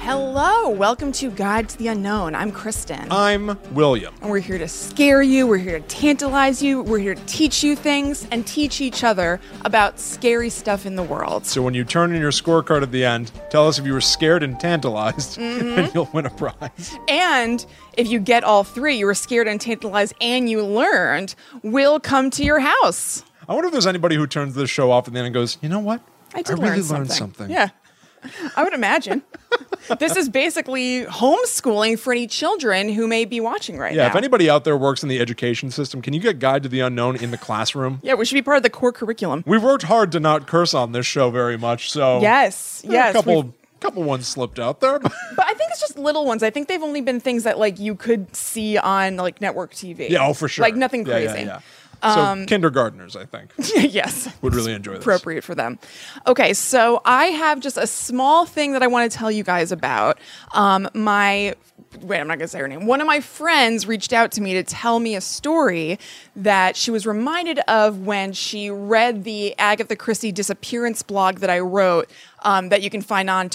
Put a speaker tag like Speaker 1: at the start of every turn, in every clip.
Speaker 1: Hello, welcome to Guide to the Unknown. I'm Kristen.
Speaker 2: I'm William.
Speaker 1: and we're here to scare you, we're here to tantalize you, we're here to teach you things and teach each other about scary stuff in the world.
Speaker 2: So when you turn in your scorecard at the end, tell us if you were scared and tantalized,
Speaker 1: Mm-hmm.
Speaker 2: and you'll win a prize.
Speaker 1: And if you get all three, you were scared and tantalized and you learned, we'll come to your house.
Speaker 2: I wonder if there's anybody who turns this show off and then goes, you know what?
Speaker 1: I did
Speaker 2: really
Speaker 1: learn something.
Speaker 2: learned something.
Speaker 1: Yeah. I would imagine. this is basically homeschooling for any children who may be watching right
Speaker 2: Yeah,
Speaker 1: now.
Speaker 2: if anybody out there works in the education system, can you get Guide to the Unknown in the classroom?
Speaker 1: yeah, we should be part of the core curriculum.
Speaker 2: We've worked hard to not curse on this show very much, so
Speaker 1: Yes,
Speaker 2: there are
Speaker 1: yes.
Speaker 2: a couple
Speaker 1: we've-
Speaker 2: couple ones slipped out there. but-
Speaker 1: But I think it's just little ones. I think they've only been things that like you could see on like network TV.
Speaker 2: yeah, oh for sure.
Speaker 1: Like nothing
Speaker 2: Yeah, yeah,
Speaker 1: crazy. Um,
Speaker 2: yeah. so kindergartners, I think,
Speaker 1: yes.
Speaker 2: would really enjoy this.
Speaker 1: Appropriate for them. Okay, so I have just a small thing that I want to tell you guys about. Um, my wait, I'm not gonna say her name. One of my friends reached out to me to tell me a story that she was reminded of when she read the Agatha Christie disappearance blog that I wrote um, that you can find on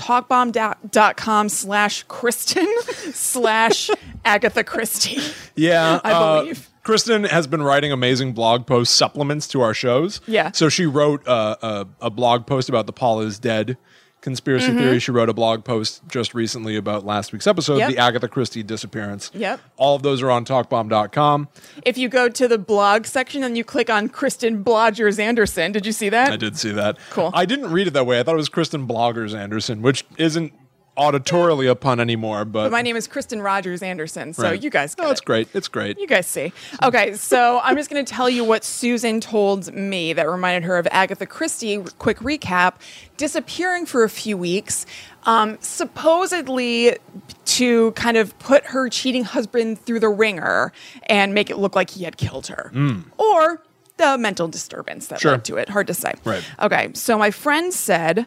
Speaker 1: talkbomb.com slash Kristen slash Agatha Christie.
Speaker 2: Yeah,
Speaker 1: I
Speaker 2: uh,
Speaker 1: believe.
Speaker 2: Kristen has been writing amazing blog post supplements to our shows.
Speaker 1: Yeah.
Speaker 2: So she wrote uh, a, a blog post about the Paula is dead conspiracy
Speaker 1: Mm-hmm.
Speaker 2: theory. She wrote a blog post just recently about last week's episode,
Speaker 1: Yep.
Speaker 2: the Agatha Christie disappearance.
Speaker 1: Yep.
Speaker 2: All of those are on talkbomb.com.
Speaker 1: If you go to the blog section and you click on Kristen Blodgers Anderson, did you see that?
Speaker 2: I did see that.
Speaker 1: Cool.
Speaker 2: I didn't read it that way. I thought it was Kristen Bloggers Anderson, which isn't auditorily a pun anymore, but.
Speaker 1: My name is Kristen Rogers Anderson, so
Speaker 2: Right.
Speaker 1: you guys get
Speaker 2: No, it's
Speaker 1: it.
Speaker 2: great. It's great.
Speaker 1: You guys see. Okay, so I'm just going to tell you what Susan told me that reminded her of Agatha Christie. Quick recap disappearing for a few weeks, um, supposedly to kind of put her cheating husband through the ringer and make it look like he had killed her. Or the mental disturbance that
Speaker 2: Hmm. Sure.
Speaker 1: led to it. Hard to say.
Speaker 2: Right.
Speaker 1: Okay, so my friend said,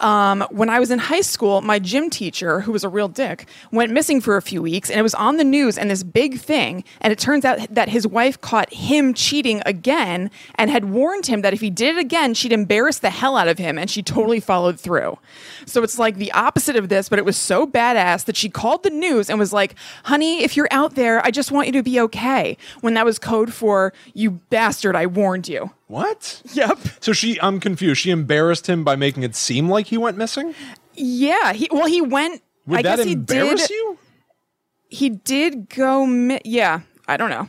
Speaker 1: um, when I was in high school, my gym teacher, who was a real dick, went missing for a few weeks, and it was on the news and this big thing. And it turns out that his wife caught him cheating again and had warned him that if he did it again, she'd embarrass the hell out of him, and she totally followed through. So it's like the opposite of this, but it was so badass that she called the news and was like, honey, if you're out there, I just want you to be okay. When that was code for, you bastard, I warned you.
Speaker 2: What?
Speaker 1: Yep.
Speaker 2: So she, I'm confused. She embarrassed him by making it seem like he went missing?
Speaker 1: Yeah. He well, he went.
Speaker 2: Would
Speaker 1: I
Speaker 2: that
Speaker 1: guess he
Speaker 2: embarrass
Speaker 1: did.
Speaker 2: you?
Speaker 1: He did go. Mi- yeah, I don't know.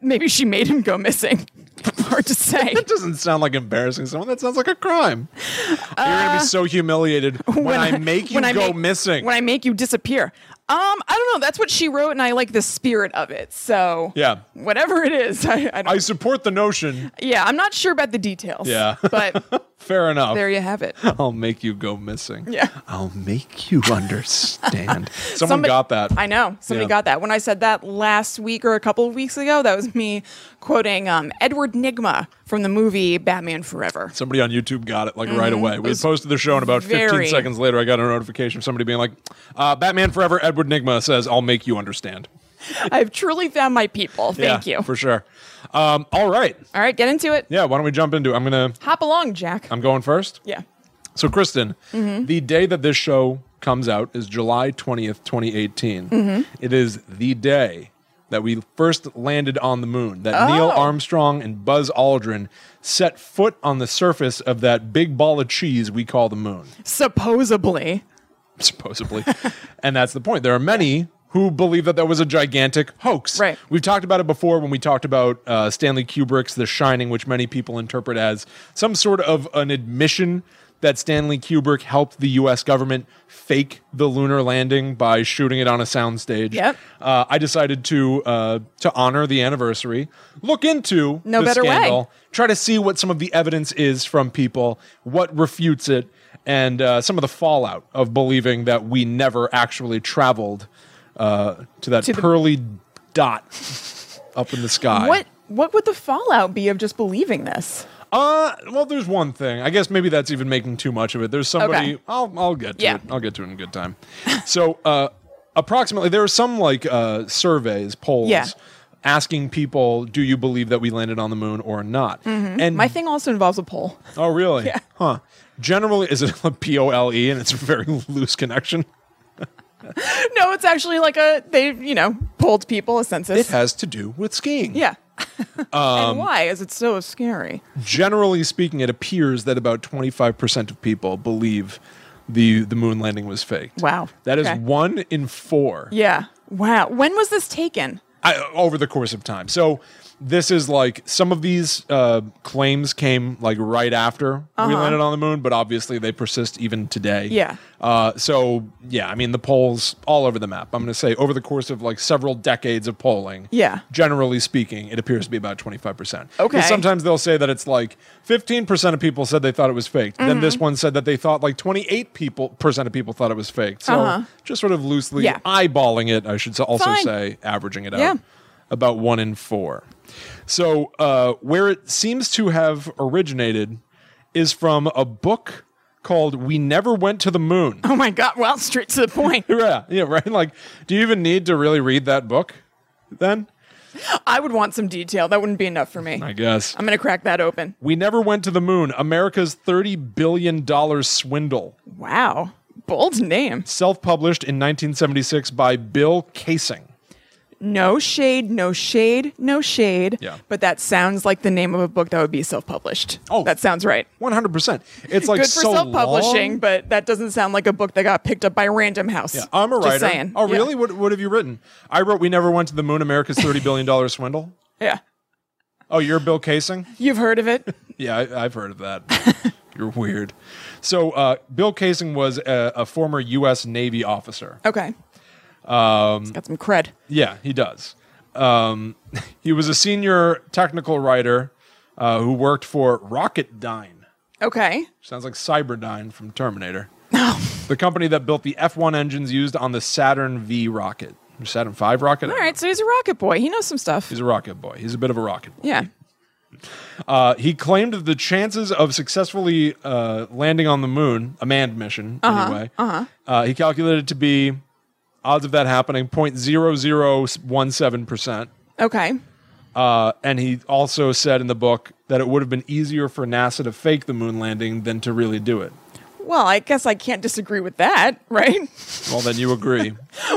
Speaker 1: Maybe she made him go missing. Hard to say.
Speaker 2: That doesn't sound like embarrassing someone. That sounds like a crime. You're gonna be so humiliated when, I, make you
Speaker 1: Uh, when I
Speaker 2: go
Speaker 1: make-
Speaker 2: missing.
Speaker 1: When I make you disappear. Um, I don't know. That's what she wrote, and I like the spirit of it. So
Speaker 2: Yeah.
Speaker 1: whatever it is, I, I don't.
Speaker 2: I support the notion.
Speaker 1: yeah, I'm not sure about the details.
Speaker 2: Yeah.
Speaker 1: but
Speaker 2: Fair enough.
Speaker 1: there you have it.
Speaker 2: I'll make you go missing.
Speaker 1: Yeah.
Speaker 2: I'll make you understand. Someone
Speaker 1: Somebody-
Speaker 2: got that.
Speaker 1: I know. Somebody
Speaker 2: Yeah.
Speaker 1: got that. When I said that last week or a couple of weeks ago, that was me quoting um, Edward Nigma from the movie Batman Forever.
Speaker 2: Somebody on YouTube got it like right away. We had posted the show, and about 15
Speaker 1: Mm-hmm. very-
Speaker 2: seconds later, I got a notification of somebody being like, uh, "Batman Forever." Edward Nigma says, "I'll make you understand."
Speaker 1: I've truly found my people. Thank
Speaker 2: Yeah,
Speaker 1: you.
Speaker 2: for sure. Um, all right,
Speaker 1: All right, get into it.
Speaker 2: yeah. Um, Why don't we jump into? It? I'm gonna.
Speaker 1: Hop along, Jack.
Speaker 2: I'm going first.
Speaker 1: yeah.
Speaker 2: So, Kristen, the day that this show comes out is July 20th, 2018. It is the day that we first landed on the moon, that Neil
Speaker 1: Oh.
Speaker 2: Armstrong and Buzz Aldrin set foot on the surface of that big ball of cheese we call the moon,
Speaker 1: Supposedly.
Speaker 2: supposedly. and that's the point. There are many. Who believe that that was a gigantic hoax?
Speaker 1: Right.
Speaker 2: We've talked about it before when we talked about uh, Stanley Kubrick's *The Shining*, which many people interpret as some sort of an admission that Stanley Kubrick helped the U.S. government fake the lunar landing by shooting it on a soundstage.
Speaker 1: Yep.
Speaker 2: Uh, I decided to uh, to honor the anniversary, look into
Speaker 1: No
Speaker 2: the
Speaker 1: better way.
Speaker 2: scandal, try to see what some of the evidence is from people, what refutes it, and uh, some of the fallout of believing that we never actually traveled uh, to that
Speaker 1: the-
Speaker 2: pearly dot up in the sky.
Speaker 1: What what would the fallout be of just believing this?
Speaker 2: Uh, well, there's one thing. I guess maybe that's even making too much of it. There's somebody.
Speaker 1: Okay.
Speaker 2: I'll I'll get to
Speaker 1: Yeah.
Speaker 2: it. I'll get to it in good time. so, uh, approximately there are some like uh surveys, polls.
Speaker 1: Yeah.
Speaker 2: Asking people, do you believe that we landed on the moon or not? And
Speaker 1: My thing also involves a poll.
Speaker 2: oh, really? Huh. Generally, is it a P O L E, and it's a very loose connection.
Speaker 1: no, it's actually like a they you know polled people a
Speaker 2: It Um,
Speaker 1: census.
Speaker 2: has to do with skiing.
Speaker 1: yeah. and why is it so scary?
Speaker 2: Generally speaking, it appears that about 25% of people believe the the moon landing was faked.
Speaker 1: Wow.
Speaker 2: That is
Speaker 1: Okay.
Speaker 2: one in 4.
Speaker 1: Yeah. Wow. When was this taken?
Speaker 2: I, over the course of time. So this is like some of these uh, claims came like right after we landed on the moon, but obviously they persist even today.
Speaker 1: Uh-huh. Yeah.
Speaker 2: Uh, so yeah, I mean the polls all over the map. I'm going to say over the course of like several decades of polling.
Speaker 1: Yeah.
Speaker 2: Generally speaking, it appears to be about 25 percent.
Speaker 1: Okay.
Speaker 2: Sometimes they'll say that it's like 15 percent of people said they thought it was faked.
Speaker 1: Mm-hmm.
Speaker 2: Then this one said that they thought like 28 people percent of people thought it was faked. So
Speaker 1: Uh-huh.
Speaker 2: just sort of loosely
Speaker 1: Yeah.
Speaker 2: eyeballing it, I should s- also
Speaker 1: Fine.
Speaker 2: say averaging it out
Speaker 1: Yeah.
Speaker 2: about one in four. So uh, where it seems to have originated is from a book called "We Never Went to the Moon."
Speaker 1: Oh my God. Well, straight to the point.
Speaker 2: yeah, yeah, right. Like, do you even need to really read that book? Then
Speaker 1: I would want some detail. That wouldn't be enough for me.
Speaker 2: I guess
Speaker 1: I'm gonna crack that open.
Speaker 2: we never went to the moon. America's thirty billion dollar swindle,
Speaker 1: Wow. Bold name.
Speaker 2: self-published in 1976 by Bill Casing.
Speaker 1: No shade, no shade, no shade.
Speaker 2: Yeah.
Speaker 1: But that sounds like the name of a book that would be self published.
Speaker 2: Oh.
Speaker 1: That sounds right.
Speaker 2: One hundred percent. It's like
Speaker 1: Good for
Speaker 2: so
Speaker 1: self publishing,
Speaker 2: long.
Speaker 1: but that doesn't sound like a book that got picked up by Random House.
Speaker 2: Yeah, I'm a
Speaker 1: Just
Speaker 2: writer.
Speaker 1: saying.
Speaker 2: Oh,
Speaker 1: Yeah.
Speaker 2: really? What What have you written? I wrote "We Never Went to the Moon: America's Thirty Billion Dollar Swindle."
Speaker 1: Yeah.
Speaker 2: Oh, you're Bill Casing?
Speaker 1: You've heard of it?
Speaker 2: Yeah, I, I've heard of that. you're weird. So, uh, Bill Casing was a, a former U.S. Navy officer.
Speaker 1: Okay. Um, it's got some cred.
Speaker 2: Yeah, he does. Um, he was a senior technical writer uh, who worked for Rocketdyne.
Speaker 1: Okay.
Speaker 2: Sounds like Cyberdyne from Terminator. the company that built the F1 engines used on the Saturn V rocket. Saturn V rocket?
Speaker 1: All right. So he's a rocket boy. He knows some stuff.
Speaker 2: He's a rocket boy. He's a bit of a rocket boy.
Speaker 1: yeah.
Speaker 2: Uh, he claimed that the chances of successfully uh, landing on the moon, a manned mission anyway, uh-huh. he calculated to be odds of that happening 0.0017%.
Speaker 1: Okay.
Speaker 2: Uh, and he also said in the book that it would have been easier for NASA to fake the moon landing than to really do it.
Speaker 1: Well, I guess I can't disagree with that, right?
Speaker 2: Well, then you agree.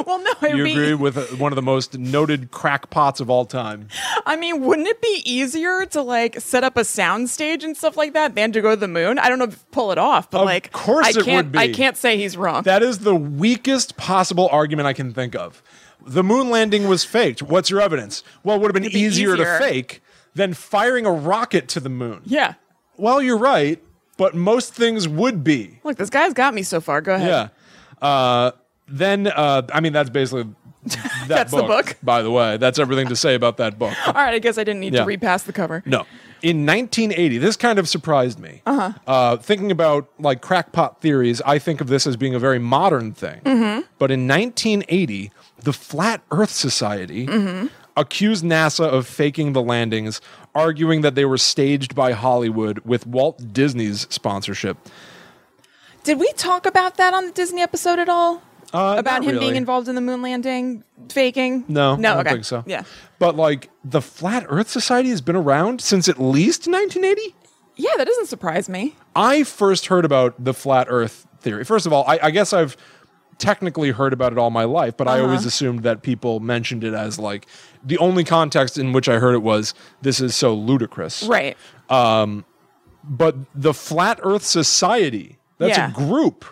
Speaker 1: well, no, I
Speaker 2: You
Speaker 1: mean,
Speaker 2: agree with uh, one of the most noted crackpots of all time.
Speaker 1: I mean, wouldn't it be easier to like set up a sound stage and stuff like that than to go to the moon? I don't know if you pull it off, but
Speaker 2: Of
Speaker 1: like,
Speaker 2: course
Speaker 1: I
Speaker 2: it would
Speaker 1: can't,
Speaker 2: be.
Speaker 1: I can't say he's wrong.
Speaker 2: That is the weakest possible argument I can think of. The moon landing was faked. What's your evidence? Well, it would have been
Speaker 1: It'd be
Speaker 2: easier, to
Speaker 1: easier.
Speaker 2: fake than firing a rocket to the moon.
Speaker 1: yeah.
Speaker 2: Well, you're right, but most things would be.
Speaker 1: Look, this guy's got me so far. Go ahead.
Speaker 2: Yeah. Uh, then, uh, I mean, that's basically that
Speaker 1: That's the
Speaker 2: book,
Speaker 1: book.
Speaker 2: By the way, that's everything to say about that book.
Speaker 1: All right, I guess I didn't need
Speaker 2: Yeah.
Speaker 1: to read past the cover.
Speaker 2: No. In 1980, this kind of surprised me. Uh-huh. thinking about like crackpot theories, I think of this as being a very modern thing.
Speaker 1: Mm-hmm.
Speaker 2: But in 1980, the Flat Earth Society
Speaker 1: Mm-hmm.
Speaker 2: accused NASA of faking the landings, arguing that they were staged by Hollywood with Walt Disney's sponsorship.
Speaker 1: Did we talk about that on the Disney episode at all?
Speaker 2: Uh,
Speaker 1: about
Speaker 2: not
Speaker 1: him being
Speaker 2: really.
Speaker 1: involved in the moon landing, faking?
Speaker 2: No,
Speaker 1: no,
Speaker 2: I don't
Speaker 1: okay.
Speaker 2: think so.
Speaker 1: Yeah,
Speaker 2: But like the Flat Earth Society has been around since at least 1980?
Speaker 1: yeah, that doesn't surprise me.
Speaker 2: I first heard about the flat Earth theory. First of all, I, I guess I've technically heard about it all my life, but I
Speaker 1: Uh-huh.
Speaker 2: always assumed that people mentioned it as like the only context in which I heard it was this is so ludicrous.
Speaker 1: Right.
Speaker 2: But the Flat Earth Society, that's
Speaker 1: Yeah.
Speaker 2: a group.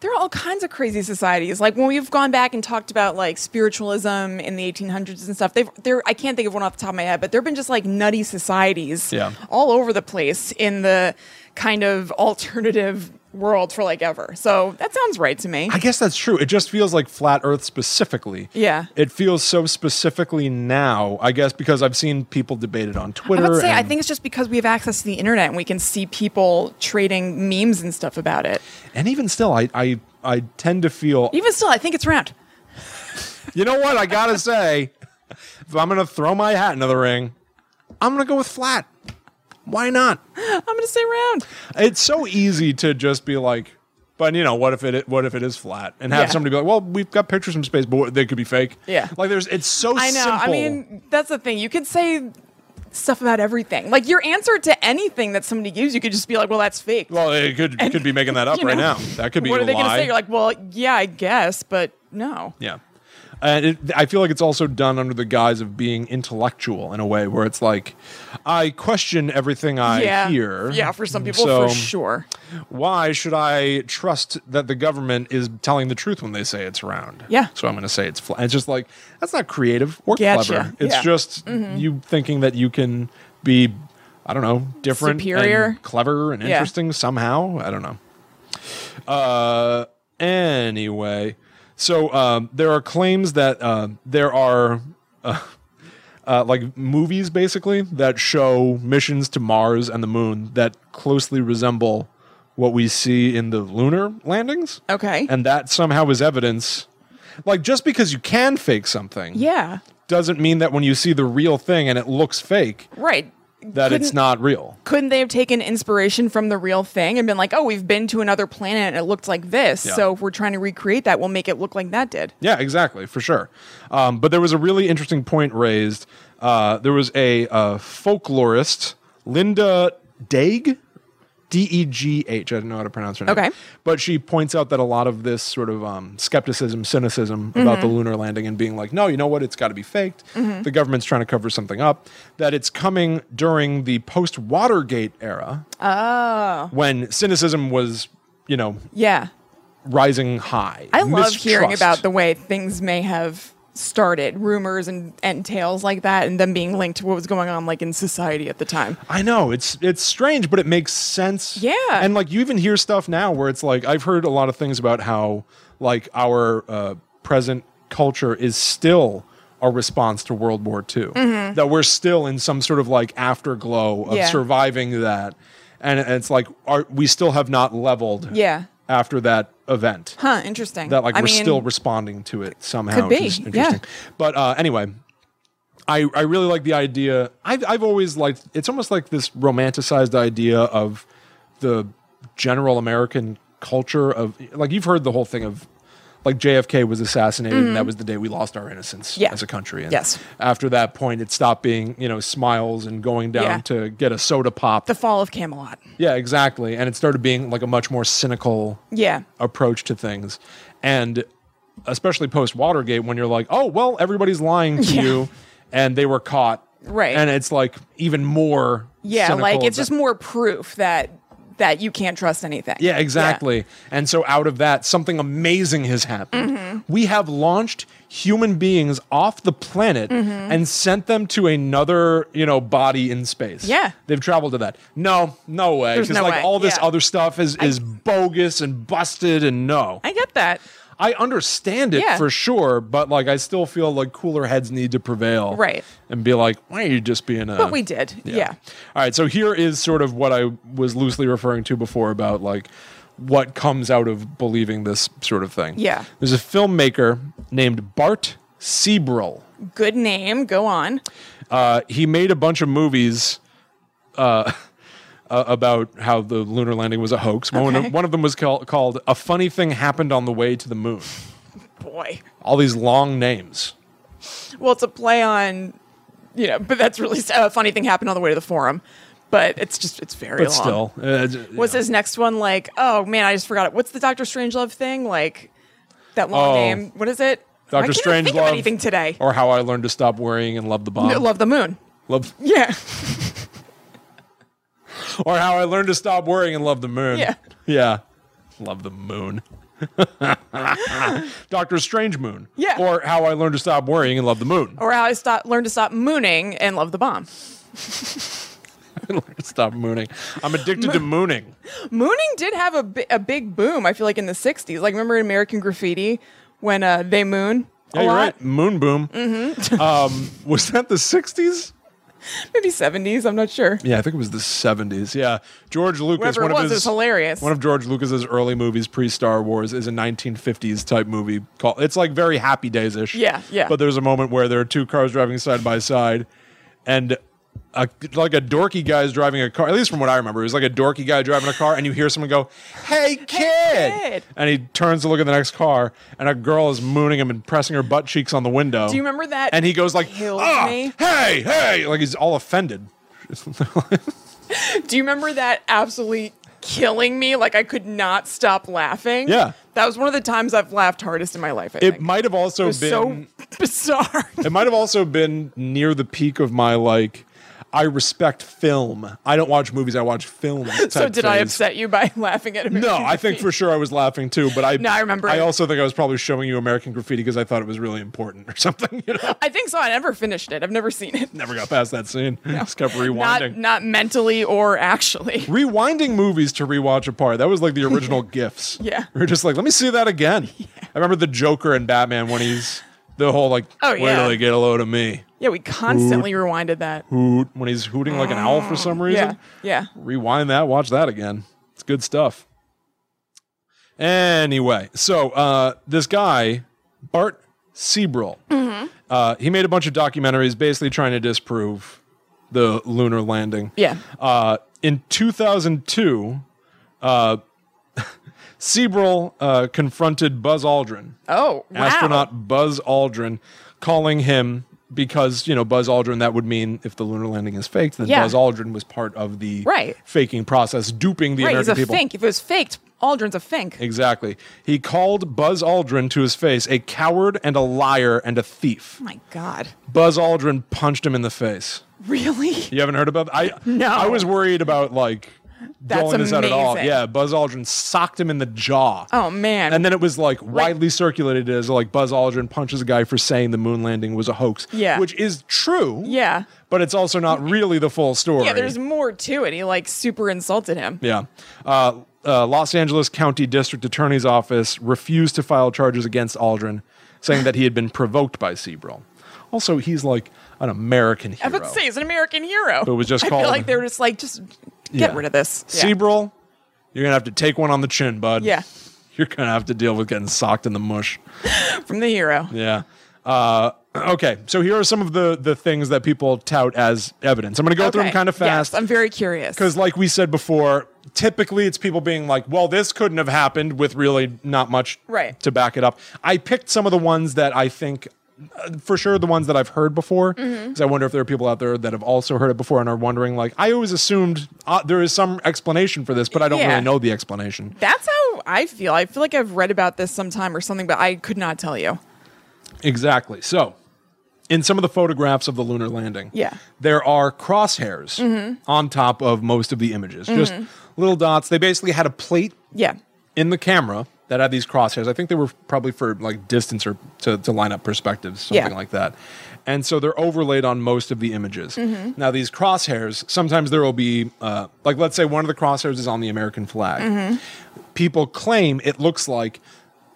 Speaker 1: There are all kinds of crazy societies. Like when we've gone back and talked about like spiritualism in the 1800s and stuff. They've there I can't think of one off the top of my head, but there've been just like nutty societies
Speaker 2: Yeah.
Speaker 1: all over the place in the kind of alternative world for like ever. So that sounds right to me.
Speaker 2: I guess that's true. It just feels like flat Earth specifically.
Speaker 1: Yeah.
Speaker 2: It feels so specifically now, I guess, because I've seen people debate it on Twitter.
Speaker 1: I would say I
Speaker 2: and-
Speaker 1: think it's just because we have access to the internet and we can see people trading memes and stuff about it.
Speaker 2: and even still, I, I, I tend to feel
Speaker 1: Even still, I think it's round.
Speaker 2: You know what? I gotta say, if I'm gonna throw my hat into the ring, I'm gonna go with flat. Why not?
Speaker 1: I'm gonna say round.
Speaker 2: It's so easy to just be like, but you know, what if it what if it is flat? And have
Speaker 1: Yeah.
Speaker 2: somebody be like, well, we've got pictures from space, but they could be fake.
Speaker 1: Yeah.
Speaker 2: like there's it's so
Speaker 1: I know.
Speaker 2: simple.
Speaker 1: I mean, that's the thing. You could say stuff about everything. Like your answer to anything that somebody gives, you could just be like, "Well, that's fake."
Speaker 2: well, it could could be making that up
Speaker 1: You
Speaker 2: right
Speaker 1: know,
Speaker 2: now. That could be
Speaker 1: what
Speaker 2: a
Speaker 1: are they
Speaker 2: lie.
Speaker 1: to say? You're like, "Well, yeah, I guess, but no.
Speaker 2: Yeah. And it, I feel like it's also done under the guise of being intellectual in a way where it's like, I question everything I
Speaker 1: yeah.
Speaker 2: hear. Mm,
Speaker 1: Yeah, for some people,
Speaker 2: So
Speaker 1: for sure.
Speaker 2: Why should I trust that the government is telling the truth when they say it's round?
Speaker 1: Yeah.
Speaker 2: So I'm going to say it's flat. It's just like, that's not creative or
Speaker 1: Gotcha.
Speaker 2: clever. It's
Speaker 1: Yeah. Mm-hmm.
Speaker 2: just you thinking that you can be, I don't know, different, and
Speaker 1: Superior.
Speaker 2: clever, and
Speaker 1: Yeah.
Speaker 2: interesting somehow. I don't know. Uh, anyway, so um, there are claims that uh, there are uh, uh, like movies basically that show missions to Mars and the moon that closely resemble what we see in the lunar landings.
Speaker 1: Okay.
Speaker 2: And that somehow is evidence. Like just because you can fake something
Speaker 1: yeah.
Speaker 2: doesn't mean that when you see the real thing and it looks fake,
Speaker 1: Right.
Speaker 2: that it's
Speaker 1: Couldn't-
Speaker 2: not real.
Speaker 1: Couldn't they have taken inspiration from the real thing and been like, oh, we've been to another planet and it looked like this.
Speaker 2: Yeah.
Speaker 1: So if we're trying to recreate that, we'll make it look like that did.
Speaker 2: Yeah, exactly, for sure. Um, but there was a really interesting point raised. Uh, there was a uh, folklorist, Linda Daig, D E G H. I don't know how to pronounce her name.
Speaker 1: Okay.
Speaker 2: But she points out that a lot of this sort of um, skepticism, cynicism about
Speaker 1: Mm-hmm.
Speaker 2: the lunar landing and being like, no, you know what? It's got to be faked. The government's trying to cover something up. That it's coming during the post Watergate era
Speaker 1: Oh.
Speaker 2: when cynicism was, you know,
Speaker 1: Yeah.
Speaker 2: rising high.
Speaker 1: I love hearing
Speaker 2: Mistrust.
Speaker 1: about the way things may have started, rumors and, and tales like that, and them being linked to what was going on like in society at the time.
Speaker 2: I know it's it's strange, but it makes sense.
Speaker 1: Yeah.
Speaker 2: and like you even hear stuff now where it's like I've heard a lot of things about how like our uh, present culture is still a response to World War II. That we're still in some sort of like afterglow of
Speaker 1: Mm-hmm. Yeah.
Speaker 2: surviving that, and it's like are, we still have not leveled.
Speaker 1: Yeah.
Speaker 2: after that event.
Speaker 1: Huh, interesting.
Speaker 2: That like
Speaker 1: I
Speaker 2: we're
Speaker 1: mean,
Speaker 2: still responding to it somehow.
Speaker 1: Could
Speaker 2: which
Speaker 1: be,
Speaker 2: is
Speaker 1: yeah.
Speaker 2: interesting. But uh, anyway, I, I really like the idea. I've, I've always liked it's almost like this romanticized idea of the general American culture of like you've heard the whole thing of like JFK was assassinated and that was the day we lost our innocence
Speaker 1: Mm-hmm. Yeah.
Speaker 2: as a country. And
Speaker 1: Yes.
Speaker 2: After that point, it stopped being you know smiles and going down
Speaker 1: Yeah.
Speaker 2: to get a soda pop.
Speaker 1: the fall of Camelot.
Speaker 2: yeah, exactly. And it started being like a much more cynical
Speaker 1: Yeah.
Speaker 2: approach to things and especially post watergate when you're like oh well everybody's lying to
Speaker 1: Yeah.
Speaker 2: you and they were caught
Speaker 1: Right.
Speaker 2: and it's like even more
Speaker 1: Yeah,
Speaker 2: cynical
Speaker 1: like it's
Speaker 2: than-
Speaker 1: just more proof that that you can't trust anything.
Speaker 2: yeah exactly and so out of that something amazing has happened
Speaker 1: Mm-hmm.
Speaker 2: we have launched human beings off the planet
Speaker 1: Mm-hmm.
Speaker 2: and sent them to another you know body in space
Speaker 1: Yeah.
Speaker 2: they've traveled to that no no way
Speaker 1: There's
Speaker 2: because
Speaker 1: no
Speaker 2: like
Speaker 1: way,
Speaker 2: all this
Speaker 1: yeah.
Speaker 2: other stuff is is bogus and busted and no
Speaker 1: I get that.
Speaker 2: I understand it
Speaker 1: Yeah.
Speaker 2: for sure, but like I still feel like cooler heads need to prevail,
Speaker 1: Right.
Speaker 2: And be like, why are you just being a?
Speaker 1: But we did. Yeah.
Speaker 2: All right. So here is sort of what I was loosely referring to before about like what comes out of believing this sort of thing.
Speaker 1: Yeah.
Speaker 2: There's a filmmaker named Bart Sebril.
Speaker 1: Good name. Go on.
Speaker 2: Uh, he made a bunch of movies. Uh, uh, about how the lunar landing was a hoax. One,
Speaker 1: Okay.
Speaker 2: one of them was cal- called "A Funny Thing Happened on the Way to the Moon."
Speaker 1: Boy.
Speaker 2: All these long names.
Speaker 1: Well, it's a play on, you know, but that's really a funny thing happened on the way to the forum. But it's just, it's very
Speaker 2: but
Speaker 1: long.
Speaker 2: still, uh, d-
Speaker 1: What's
Speaker 2: yeah.
Speaker 1: his next one like? Oh man, I just forgot it. What's the Doctor Strangelove thing? Like that long
Speaker 2: Oh.
Speaker 1: name. What is it? Why
Speaker 2: Doctor
Speaker 1: can't I
Speaker 2: Strange
Speaker 1: think of
Speaker 2: love
Speaker 1: anything today.
Speaker 2: or um, how I learned to stop worrying and love the bomb,
Speaker 1: No, love the moon.
Speaker 2: love,
Speaker 1: Yeah.
Speaker 2: or how I learned to stop worrying and love the moon.
Speaker 1: Yeah.
Speaker 2: yeah, love the moon. Doctor Strange Moon.
Speaker 1: Yeah.
Speaker 2: or how I learned to stop worrying and love the moon.
Speaker 1: Or how I stop, learned to stop mooning and love the bomb.
Speaker 2: stop mooning. I'm addicted to mooning.
Speaker 1: Mooning did have a, bi- a big boom, I feel like, in the 60s. Like, remember in American Graffiti when uh, they moon
Speaker 2: Yeah,
Speaker 1: a
Speaker 2: you're
Speaker 1: lot? Mm-hmm.
Speaker 2: right. Moon boom. um, was that the '60s?
Speaker 1: Maybe 70s, I'm not sure.
Speaker 2: Yeah, I think it was the '70s. Yeah, George Lucas.
Speaker 1: Whatever
Speaker 2: one
Speaker 1: it
Speaker 2: of
Speaker 1: was,
Speaker 2: his
Speaker 1: it's hilarious.
Speaker 2: One of George Lucas's early movies, pre Star Wars, is a 1950s type movie called. It's like very Happy Days ish.
Speaker 1: Yeah, yeah.
Speaker 2: But there's a moment where there are two cars driving side by side, and a, like a dorky guy is driving a car. At least from what I remember, it was like a dorky guy driving a car, and you hear someone go, "Hey kid!"
Speaker 1: kid.
Speaker 2: And he turns to look at the next car, and a girl is mooning him and pressing her butt cheeks on the window.
Speaker 1: Do you remember that?
Speaker 2: And he goes like,
Speaker 1: Kills
Speaker 2: "Ah,
Speaker 1: me.
Speaker 2: hey, hey!" Like he's all offended.
Speaker 1: Do you remember that absolutely killing me. Like I could not stop laughing.
Speaker 2: Yeah.
Speaker 1: That was one of the times I've laughed hardest in my life. I
Speaker 2: It
Speaker 1: think.
Speaker 2: might have also
Speaker 1: It
Speaker 2: been
Speaker 1: was so bizarre.
Speaker 2: It might have also been near the peak of my like. I respect film. I don't watch movies. I watch films.
Speaker 1: so
Speaker 2: type
Speaker 1: did I
Speaker 2: phase.
Speaker 1: upset you by laughing at him?
Speaker 2: No, I think for sure I was laughing too. But I
Speaker 1: No, I remember
Speaker 2: I
Speaker 1: it.
Speaker 2: also think I was probably showing you American Graffiti because I thought it was really important or something. You know,
Speaker 1: I think so. I never finished it. I've never seen it.
Speaker 2: never got past that scene. Just kept
Speaker 1: Not
Speaker 2: rewinding.
Speaker 1: not mentally or actually.
Speaker 2: Rewinding movies to rewatch apart. That was like the original GIFs.
Speaker 1: Yeah.
Speaker 2: We are just like, let me see that again. I remember the Joker and Batman when he's the whole like,
Speaker 1: Oh,
Speaker 2: wait till
Speaker 1: yeah.
Speaker 2: they get a load of me.
Speaker 1: Yeah, we constantly rewinded that.
Speaker 2: Hoot when he's hooting like an owl for some reason.
Speaker 1: Ah, Yeah, yeah.
Speaker 2: rewind that, watch that again. It's good stuff. Anyway, so uh, this guy, Bart Sebril, uh, he made a bunch of documentaries basically trying to disprove the lunar landing.
Speaker 1: Yeah.
Speaker 2: Uh, in 2002, uh, Sebril uh, confronted Buzz Aldrin
Speaker 1: Oh, wow.
Speaker 2: astronaut Buzz Aldrin calling him because you know Buzz Aldrin that would mean if the lunar landing is faked then
Speaker 1: Yeah.
Speaker 2: Buzz Aldrin was part of the
Speaker 1: Right.
Speaker 2: faking process duping the
Speaker 1: Right, he's
Speaker 2: American
Speaker 1: a
Speaker 2: people
Speaker 1: fink. If it was faked, Aldrin's a fink.
Speaker 2: exactly he called Buzz Aldrin to his face a coward and a liar and a thief
Speaker 1: Oh my God.
Speaker 2: Buzz Aldrin punched him in the face
Speaker 1: Really?
Speaker 2: you haven't heard about I
Speaker 1: No.
Speaker 2: I was worried about like
Speaker 1: That's
Speaker 2: rolling this out at all
Speaker 1: amazing.
Speaker 2: yeah Buzz Aldrin socked him in the jaw
Speaker 1: Oh, man.
Speaker 2: and then it was like widely circulated as like Buzz Aldrin punches a guy for saying the moon landing was a hoax.
Speaker 1: Yeah.
Speaker 2: Which is true.
Speaker 1: yeah.
Speaker 2: But it's also not really the full story.
Speaker 1: Yeah, there's more to it. He like super insulted him.
Speaker 2: Yeah. Uh, uh, Los Angeles County District Attorney's Office refused to file charges against Aldrin, saying that he had been provoked by Seabrill. Also, he's like an American
Speaker 1: I
Speaker 2: hero.
Speaker 1: would say he's an American hero. It
Speaker 2: was just
Speaker 1: I
Speaker 2: called-
Speaker 1: feel like they were just like, just get
Speaker 2: Yeah.
Speaker 1: rid of this. Yeah.
Speaker 2: Seabrill, you're going to have to take one on the chin, bud.
Speaker 1: Yeah.
Speaker 2: You're going to have to deal with getting socked in the mush.
Speaker 1: From the hero.
Speaker 2: Yeah. Uh, okay. So here are some of the the things that people tout as evidence. I'm going to go through them
Speaker 1: Okay.
Speaker 2: kind of fast
Speaker 1: Yes, I'm very curious.
Speaker 2: because, like we said before, typically it's people being like, "Well, this couldn't have happened," with really not much
Speaker 1: Right.
Speaker 2: to back it up. I picked some of the ones that I think. uh, For sure, the ones that I've heard before, because
Speaker 1: Mm-hmm.
Speaker 2: I wonder if there are people out there that have also heard it before and are wondering. Like, I always assumed uh, there is some explanation for this, but I don't
Speaker 1: Yeah.
Speaker 2: really know the explanation.
Speaker 1: That's how I feel. I feel like I've read about this sometime or something, but I could not tell you.
Speaker 2: Exactly. So, in some of the photographs of the lunar landing,
Speaker 1: Yeah.
Speaker 2: there are crosshairs on top of most of the images. Just little dots. They basically had a plate
Speaker 1: Yeah.
Speaker 2: in the camera that had these crosshairs. I think they were probably for like distance or to, to line up perspectives, something
Speaker 1: Yeah.
Speaker 2: like that. And so they're overlaid on most of the images.
Speaker 1: Mm-hmm.
Speaker 2: Now, these crosshairs, sometimes there will be, uh, like, let's say one of the crosshairs is on the American flag.
Speaker 1: Mm-hmm.
Speaker 2: People claim it looks like,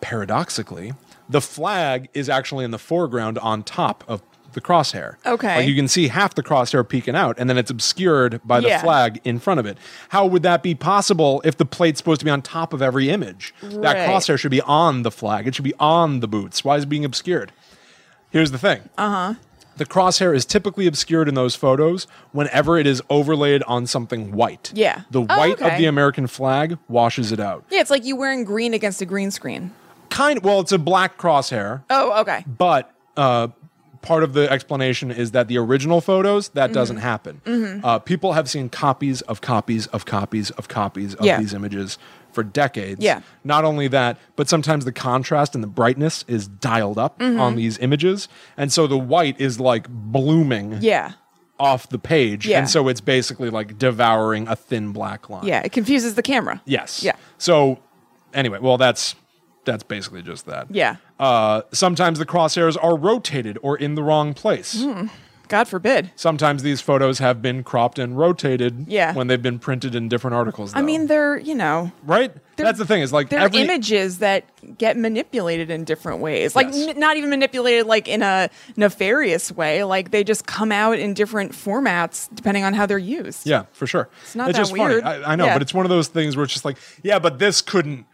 Speaker 2: paradoxically, the flag is actually in the foreground on top of the crosshair.
Speaker 1: Okay.
Speaker 2: Like you can see half the crosshair peeking out, and then it's obscured by the
Speaker 1: Yeah.
Speaker 2: flag flag in front of it. How would that be possible if the plate's supposed to be on top of every image? That
Speaker 1: Right.
Speaker 2: crosshair should be on the flag. It should be on the boots. Why is it being obscured? Here's the thing. Uh
Speaker 1: Uh-huh.
Speaker 2: huh. The crosshair is typically obscured in those photos whenever it is overlaid on something white.
Speaker 1: Yeah.
Speaker 2: The
Speaker 1: Oh,
Speaker 2: white of
Speaker 1: okay.
Speaker 2: the American flag washes it out.
Speaker 1: Yeah, it's like you wearing green against a green screen.
Speaker 2: Kind well, it's a black crosshair,
Speaker 1: Oh, okay.
Speaker 2: but uh, part of the explanation is that the original photos that
Speaker 1: Mm-hmm.
Speaker 2: doesn't happen. Uh, people have seen copies of copies of copies of copies of
Speaker 1: Yeah.
Speaker 2: these images for decades.
Speaker 1: Yeah.
Speaker 2: Not only that, but sometimes the contrast and the brightness is dialed up
Speaker 1: Mm-hmm.
Speaker 2: on these images, and so the white is like blooming
Speaker 1: Yeah.
Speaker 2: off the page,
Speaker 1: Yeah.
Speaker 2: and so it's basically like devouring a thin black line.
Speaker 1: Yeah. It confuses the camera.
Speaker 2: Yes.
Speaker 1: Yeah.
Speaker 2: So anyway, well that's that's basically just that.
Speaker 1: Yeah.
Speaker 2: Uh, sometimes the crosshairs are rotated or in the wrong place.
Speaker 1: Hmm. God forbid.
Speaker 2: Sometimes these photos have been cropped and rotated
Speaker 1: Yeah.
Speaker 2: when they've been printed in different articles.
Speaker 1: I
Speaker 2: though.
Speaker 1: mean, they're, you know,
Speaker 2: right? That's the thing. Is like
Speaker 1: they're
Speaker 2: every
Speaker 1: images that get manipulated in different ways. Like,
Speaker 2: Yes.
Speaker 1: n- not even manipulated like in a nefarious way. Like, they just come out in different formats depending on how they're used.
Speaker 2: Yeah, for sure. It's
Speaker 1: not that
Speaker 2: just
Speaker 1: weird.
Speaker 2: funny. I, I know,
Speaker 1: Yeah.
Speaker 2: but it's one of those things where it's just like, yeah, but this couldn't.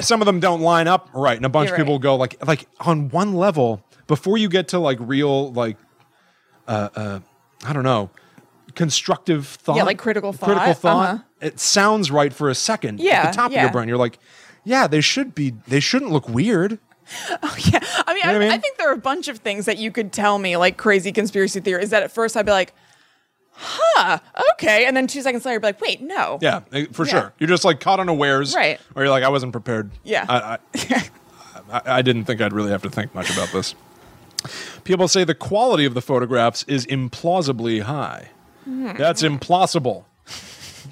Speaker 2: Some of them don't line up right, and a bunch
Speaker 1: You're
Speaker 2: of people
Speaker 1: right.
Speaker 2: go like, like on one level before you get to like real like, uh, uh I don't know, constructive thought.
Speaker 1: like critical
Speaker 2: Critical
Speaker 1: thought,
Speaker 2: thought.
Speaker 1: uh-huh.
Speaker 2: It sounds right for a second.
Speaker 1: Yeah,
Speaker 2: at the top of
Speaker 1: yeah.
Speaker 2: your brain, you're like, yeah, they should be. They shouldn't look weird.
Speaker 1: Yeah, I mean,
Speaker 2: know what I
Speaker 1: I,
Speaker 2: mean?
Speaker 1: I think there are a bunch of things that you could tell me, like crazy conspiracy theories. That at first I'd be like, huh, okay. And then two seconds later, be like, wait, no.
Speaker 2: Yeah, eh, for
Speaker 1: Yeah.
Speaker 2: sure. You're just like caught unawares,
Speaker 1: Right.
Speaker 2: Or you're like, I wasn't prepared.
Speaker 1: Yeah.
Speaker 2: I, I, I, I didn't think I'd really have to think much about this. People say the quality of the photographs is implausibly high.
Speaker 1: Mm-hmm.
Speaker 2: That's implausible.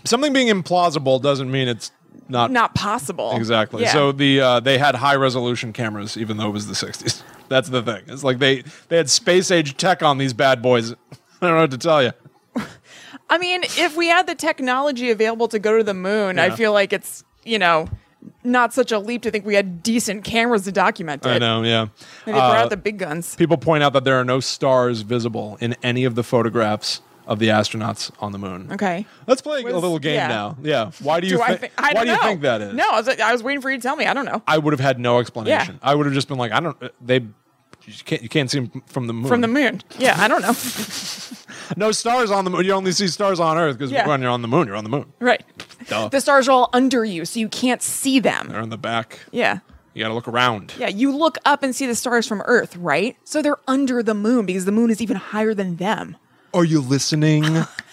Speaker 2: Something being implausible doesn't mean it's not,
Speaker 1: Not possible.
Speaker 2: exactly.
Speaker 1: Yeah.
Speaker 2: So the uh, they had high resolution cameras, even though it was the '60s. That's the thing. It's like they they had space age tech on these bad boys. I don't know what to tell you.
Speaker 1: I mean, if we had the technology available to go to the moon, I
Speaker 2: Yeah.
Speaker 1: feel like it's, you know, not such a leap to think we had decent cameras to document it.
Speaker 2: I know. Yeah.
Speaker 1: Maybe brought
Speaker 2: Uh,
Speaker 1: out the big guns.
Speaker 2: People point out that there are no stars visible in any of the photographs of the astronauts on the moon.
Speaker 1: Okay.
Speaker 2: Let's play a
Speaker 1: Was-
Speaker 2: little game
Speaker 1: yeah.
Speaker 2: now. Yeah. Why do you
Speaker 1: do I
Speaker 2: thi-
Speaker 1: think? I
Speaker 2: why
Speaker 1: don't
Speaker 2: do you
Speaker 1: know.
Speaker 2: think that is?
Speaker 1: No, I was, I was waiting for you to tell me. I don't know.
Speaker 2: I would have had no explanation. I would have just been like, I don't uh, they you can't you can't see 'em from the moon.
Speaker 1: From the moon. Yeah, I don't know.
Speaker 2: No stars on the moon. You only see stars on Earth because
Speaker 1: Yeah.
Speaker 2: when you're on the moon, you're on the moon.
Speaker 1: right.
Speaker 2: Duh.
Speaker 1: The stars are all under you, so you can't see them.
Speaker 2: They're in the back.
Speaker 1: Yeah.
Speaker 2: You got to look around.
Speaker 1: Yeah, you look up and see the stars from Earth, right? So they're under the moon because the moon is even higher than them.
Speaker 2: Are you listening?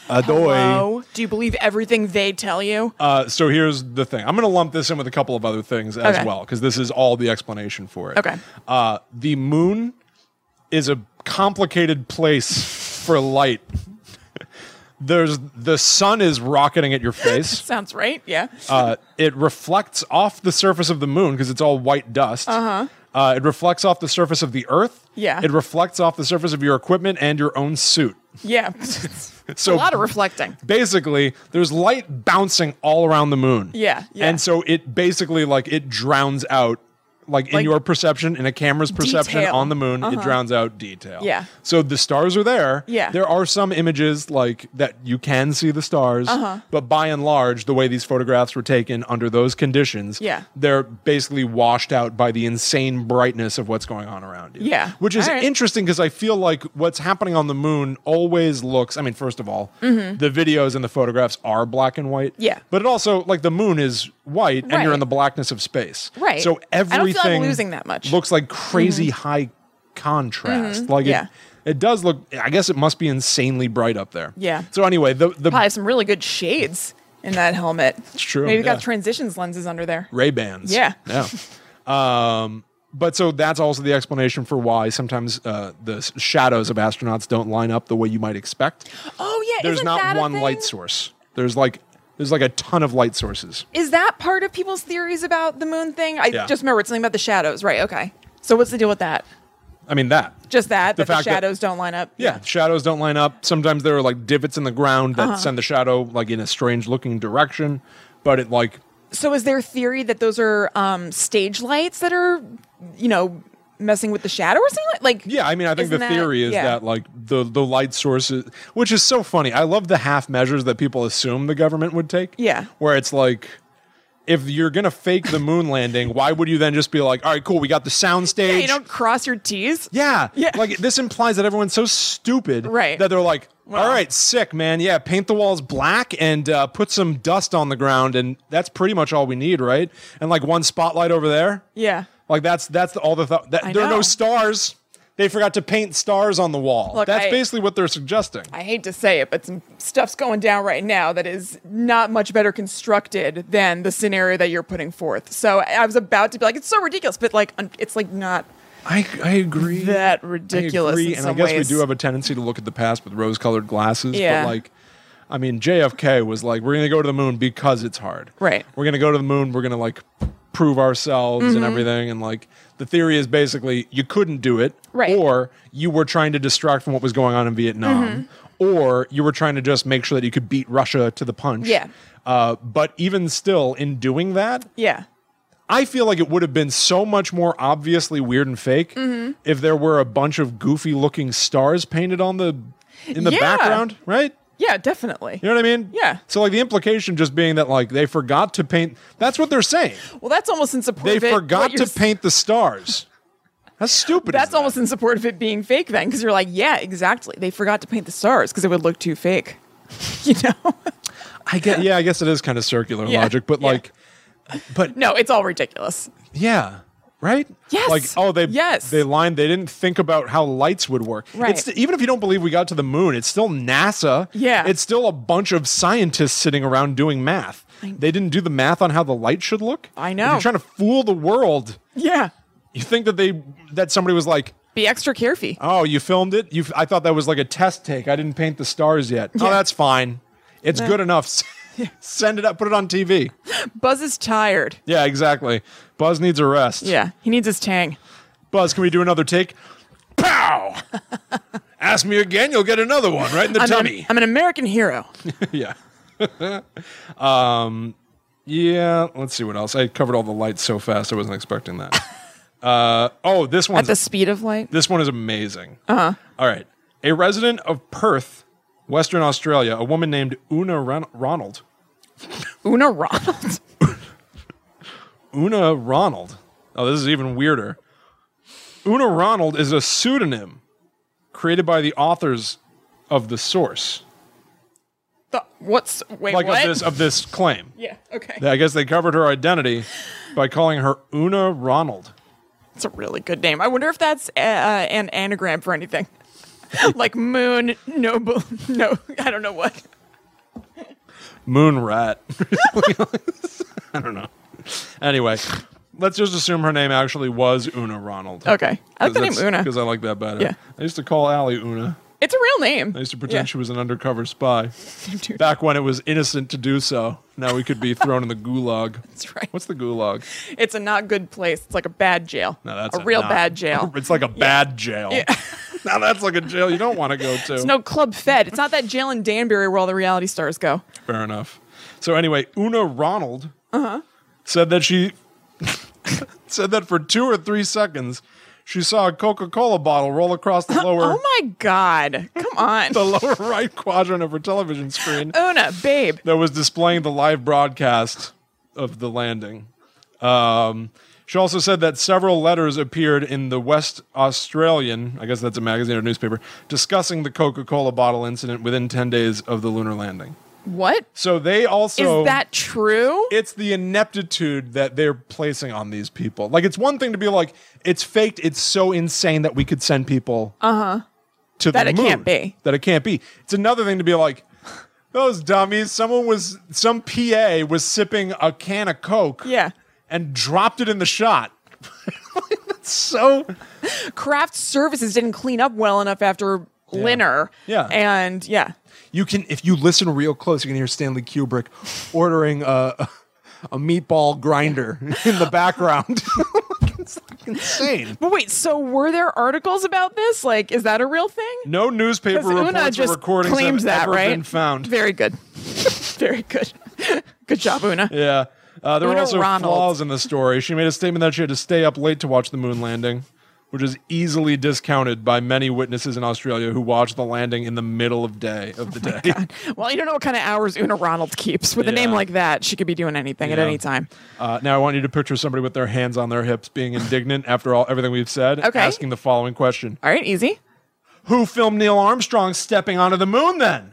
Speaker 2: Adoy.
Speaker 1: Hello? Do you believe everything they tell you?
Speaker 2: Uh, so here's the thing. I'm going to lump this in with a couple of other things as
Speaker 1: Okay.
Speaker 2: well because this is all the explanation for it.
Speaker 1: Okay.
Speaker 2: Uh, the moon is a complicated place for light. There's the sun is rocketing at your face.
Speaker 1: Sounds right. Yeah.
Speaker 2: Uh, it reflects off the surface of the moon because it's all white dust. Uh-huh. it reflects off the surface of the earth.
Speaker 1: Yeah.
Speaker 2: It reflects off the surface of your equipment and your own suit.
Speaker 1: Yeah.
Speaker 2: So
Speaker 1: a lot of reflecting.
Speaker 2: basically there's light bouncing all around the moon
Speaker 1: Yeah, yeah.
Speaker 2: and so it basically like it drowns out like in
Speaker 1: Like-
Speaker 2: your perception in a camera's perception
Speaker 1: Detail. Uh-huh.
Speaker 2: on the moon it drowns out detail
Speaker 1: Yeah.
Speaker 2: so the stars are there
Speaker 1: Yeah.
Speaker 2: there are some images like that you can see the stars
Speaker 1: Uh-huh.
Speaker 2: but by and large the way these photographs were taken under those conditions
Speaker 1: Yeah.
Speaker 2: they're basically washed out by the insane brightness of what's going on around you
Speaker 1: Yeah.
Speaker 2: which is
Speaker 1: All right.
Speaker 2: interesting interesting because I feel like what's happening on the moon always looks. I mean, first of all, the videos and the photographs are black and white.
Speaker 1: Mm-hmm. Yeah.
Speaker 2: But it also like the moon is white, and you're
Speaker 1: Right.
Speaker 2: in the blackness of space.
Speaker 1: Right.
Speaker 2: So
Speaker 1: I don't feel like
Speaker 2: everything
Speaker 1: losing that much. Mm-hmm.
Speaker 2: looks like crazy high contrast. Like
Speaker 1: Yeah.
Speaker 2: it, it does look. I guess it must be insanely bright up there.
Speaker 1: Yeah.
Speaker 2: So anyway, the the
Speaker 1: Probably have some really good shades in that helmet. It's
Speaker 2: true,
Speaker 1: Maybe
Speaker 2: yeah.
Speaker 1: got transitions lenses under there.
Speaker 2: Ray Bans.
Speaker 1: Yeah.
Speaker 2: Yeah. Um, but so that's also the explanation for why sometimes uh, the s- shadows of astronauts don't line up the way you might expect.
Speaker 1: Oh yeah.
Speaker 2: there's
Speaker 1: isn't
Speaker 2: not
Speaker 1: that a
Speaker 2: one
Speaker 1: thing?
Speaker 2: light source. There's like there's like a ton of light sources.
Speaker 1: Is that part of people's theories about the moon thing? I
Speaker 2: Yeah.
Speaker 1: just remember it's something about the shadows, right? Okay. So what's the deal with that?
Speaker 2: I mean that.
Speaker 1: Just that
Speaker 2: The
Speaker 1: that the
Speaker 2: fact that-
Speaker 1: shadows don't line up.
Speaker 2: Yeah, shadows don't line up. Sometimes there are like divots in the ground
Speaker 1: Uh-huh.
Speaker 2: that send the shadow like in a strange looking direction, but it like
Speaker 1: So is there theory that those are um, stage lights that are, you know, messing with the shadow or something like?
Speaker 2: yeah, I mean I think
Speaker 1: Isn't
Speaker 2: the
Speaker 1: that-
Speaker 2: theory is
Speaker 1: yeah.
Speaker 2: that like the the light sources which is so funny. I love the half measures that people assume the government would take.
Speaker 1: Yeah.
Speaker 2: Where it's like if you're going to fake the moon landing, why would you then just be like, "All right, cool, we got the sound
Speaker 1: Yeah,
Speaker 2: stage.
Speaker 1: you don't cross your T's.
Speaker 2: Yeah.
Speaker 1: Yeah.
Speaker 2: Like this implies that everyone's so stupid
Speaker 1: Right.
Speaker 2: that they're like,
Speaker 1: Well-
Speaker 2: all right, sick, man. Yeah, paint the walls black and uh, put some dust on the ground, and that's pretty much all we need, right? And like one spotlight over there.
Speaker 1: Yeah.
Speaker 2: Like that's that's all the thought. That,
Speaker 1: I
Speaker 2: there are no
Speaker 1: know.
Speaker 2: stars. They forgot to paint stars on the wall.
Speaker 1: Look,
Speaker 2: that's
Speaker 1: I-
Speaker 2: basically what they're suggesting.
Speaker 1: I hate to say it, but some stuff's going down right now that is not much better constructed than the scenario that you're putting forth. So I I was about to be like, it's so ridiculous, but like, un- it's like not.
Speaker 2: I, I agree.
Speaker 1: That
Speaker 2: I
Speaker 1: ridiculous
Speaker 2: agree,
Speaker 1: in
Speaker 2: and I
Speaker 1: some
Speaker 2: guess
Speaker 1: ways.
Speaker 2: we do have a tendency to look at the past with rose-colored glasses.
Speaker 1: Yeah.
Speaker 2: But like, I mean, JFK was like, "We're going to go to the moon because it's hard.
Speaker 1: Right. Mm-hmm.
Speaker 2: We're going to go to the moon. We're going to like prove ourselves and everything." And like, the theory is basically you couldn't do it,
Speaker 1: Right.
Speaker 2: Or you were trying to distract from what was going on in Vietnam,
Speaker 1: Mm-hmm.
Speaker 2: or you were trying to just make sure that you could beat Russia to the punch.
Speaker 1: Yeah.
Speaker 2: Uh, but even still, in doing that,
Speaker 1: Yeah.
Speaker 2: I feel like it would have been so much more obviously weird and fake
Speaker 1: Mm-hmm.
Speaker 2: if there were a bunch of goofy looking stars painted on the in the
Speaker 1: Yeah.
Speaker 2: background, right?
Speaker 1: Yeah, definitely.
Speaker 2: You know what I mean?
Speaker 1: Yeah.
Speaker 2: So like the implication just being that like they forgot to paint that's what they're saying.
Speaker 1: Well, that's almost in support
Speaker 2: They
Speaker 1: of it. what
Speaker 2: forgot
Speaker 1: you're
Speaker 2: to
Speaker 1: s-
Speaker 2: paint the stars. That's stupid. is
Speaker 1: That's
Speaker 2: that?
Speaker 1: almost in support of it being fake then, because you're like, yeah, exactly. They forgot to paint the stars because it would look too fake. you know?
Speaker 2: I get yeah, I guess it is kind of circular
Speaker 1: Yeah.
Speaker 2: logic, but
Speaker 1: Yeah.
Speaker 2: like but
Speaker 1: no, it's all ridiculous.
Speaker 2: yeah. right?
Speaker 1: Yes.
Speaker 2: Like oh they
Speaker 1: Yes.
Speaker 2: they lined they didn't think about how lights would work.
Speaker 1: Right.
Speaker 2: It's even if you don't believe we got to the moon, it's still NASA.
Speaker 1: Yeah.
Speaker 2: It's still a bunch of scientists sitting around doing math. They didn't do the math on how the light should look.
Speaker 1: I
Speaker 2: If
Speaker 1: know.
Speaker 2: you're trying to fool the world.
Speaker 1: Yeah.
Speaker 2: You think that they that somebody was like,
Speaker 1: Be extra careful.
Speaker 2: "Oh, you filmed it? You I thought that was like a test take. I didn't paint the stars yet." Oh,
Speaker 1: Yeah.
Speaker 2: that's fine. It's good enough. Send it up, put it on TV.
Speaker 1: Buzz is tired.
Speaker 2: Yeah, exactly. Buzz needs a rest.
Speaker 1: Yeah. He needs his tang.
Speaker 2: Buzz, can we do another take? Pow! Ask me again, you'll get another one right in the
Speaker 1: I'm
Speaker 2: tummy.
Speaker 1: An, I'm an American hero.
Speaker 2: yeah. um, yeah. Let's see what else. I covered all the lights so fast, I wasn't expecting that. uh, oh, this
Speaker 1: At
Speaker 2: one's
Speaker 1: the speed of light.
Speaker 2: this one is amazing. Uh-huh. right. A resident of Perth, Western Australia, a woman named Una Ron- Ronald.
Speaker 1: Una Ronald.
Speaker 2: Una Ronald. Oh, this is even weirder. Una Ronald is a pseudonym created by the authors of the source,
Speaker 1: The, what's wait
Speaker 2: like
Speaker 1: what?
Speaker 2: of this uh, of this claim.
Speaker 1: yeah. Okay.
Speaker 2: I guess they covered her identity by calling her Una Ronald.
Speaker 1: That's a really good name. I wonder if that's uh, an anagram for anything. like moon, no, bo- no, I don't know what.
Speaker 2: Moon Rat. I don't know. Anyway, let's just assume her name actually was Una Ronald.
Speaker 1: Okay, I like the name Una.
Speaker 2: because I like that better.
Speaker 1: Yeah.
Speaker 2: I used to call Allie Una.
Speaker 1: It's a real name.
Speaker 2: I used to pretend
Speaker 1: Yeah.
Speaker 2: she was an undercover spy.
Speaker 1: Dude,
Speaker 2: back when it was innocent to do so. Now we could be thrown in the gulag.
Speaker 1: That's right.
Speaker 2: What's the gulag?
Speaker 1: It's a not good place. It's like a bad jail.
Speaker 2: No, that's
Speaker 1: a real
Speaker 2: not-
Speaker 1: bad jail.
Speaker 2: It's like a bad jail. now that's like a jail you don't want to go to.
Speaker 1: It's no club fed. It's not that jail in Danbury where all the reality stars go.
Speaker 2: Fair enough. So anyway, Una Ronald
Speaker 1: Uh-huh.
Speaker 2: said that she said that for two or three seconds she saw a Coca-Cola bottle roll across the lower
Speaker 1: Oh my God! Come on,
Speaker 2: the lower right quadrant of her television screen.
Speaker 1: Una, babe.
Speaker 2: that was displaying the live broadcast of the landing. Um, she also said that several letters appeared in the West Australian, I guess that's a magazine or newspaper, discussing the Coca Cola bottle incident within 10 days of the lunar landing.
Speaker 1: What is
Speaker 2: So they also.
Speaker 1: that true?
Speaker 2: it's the ineptitude that they're placing on these people. Like, it's one thing to be like, it's faked. It's so insane that we could send people uh-huh. to
Speaker 1: That
Speaker 2: the
Speaker 1: it
Speaker 2: moon.
Speaker 1: can't be.
Speaker 2: That it can't be. It's another thing to be like, those dummies. Someone was some PA was sipping a can of Coke.
Speaker 1: Yeah.
Speaker 2: and dropped it in the shot. That's so.
Speaker 1: Craft services didn't clean up well enough after Linner.
Speaker 2: Yeah.
Speaker 1: And yeah.
Speaker 2: You can if you listen real close, you can hear Stanley Kubrick ordering a a meatball grinder in the background. it's like insane.
Speaker 1: But wait, so were there articles about this? Like, is that a real thing?
Speaker 2: No newspaper
Speaker 1: 'Cause Una
Speaker 2: reports or
Speaker 1: just
Speaker 2: recordings
Speaker 1: claims
Speaker 2: have
Speaker 1: that,
Speaker 2: ever
Speaker 1: right?
Speaker 2: been found.
Speaker 1: Very good. Very good. good job, Una.
Speaker 2: Yeah. Uh, there were
Speaker 1: Una
Speaker 2: also
Speaker 1: Ronald.
Speaker 2: flaws in the story. She made a statement that she had to stay up late to watch the moon landing, which is easily discounted by many witnesses in Australia who watched the landing in the middle of day
Speaker 1: Oh
Speaker 2: of the day.
Speaker 1: Well, you don't know what kind of hours Una Ronald keeps. With a name
Speaker 2: Yeah.
Speaker 1: like that, she could be doing anything at
Speaker 2: Yeah.
Speaker 1: any time.
Speaker 2: Uh, now I want you to picture somebody with their hands on their hips being indignant after all everything we've said,
Speaker 1: Okay.
Speaker 2: asking the following question.
Speaker 1: All right, easy.
Speaker 2: Who filmed Neil Armstrong stepping onto the moon then?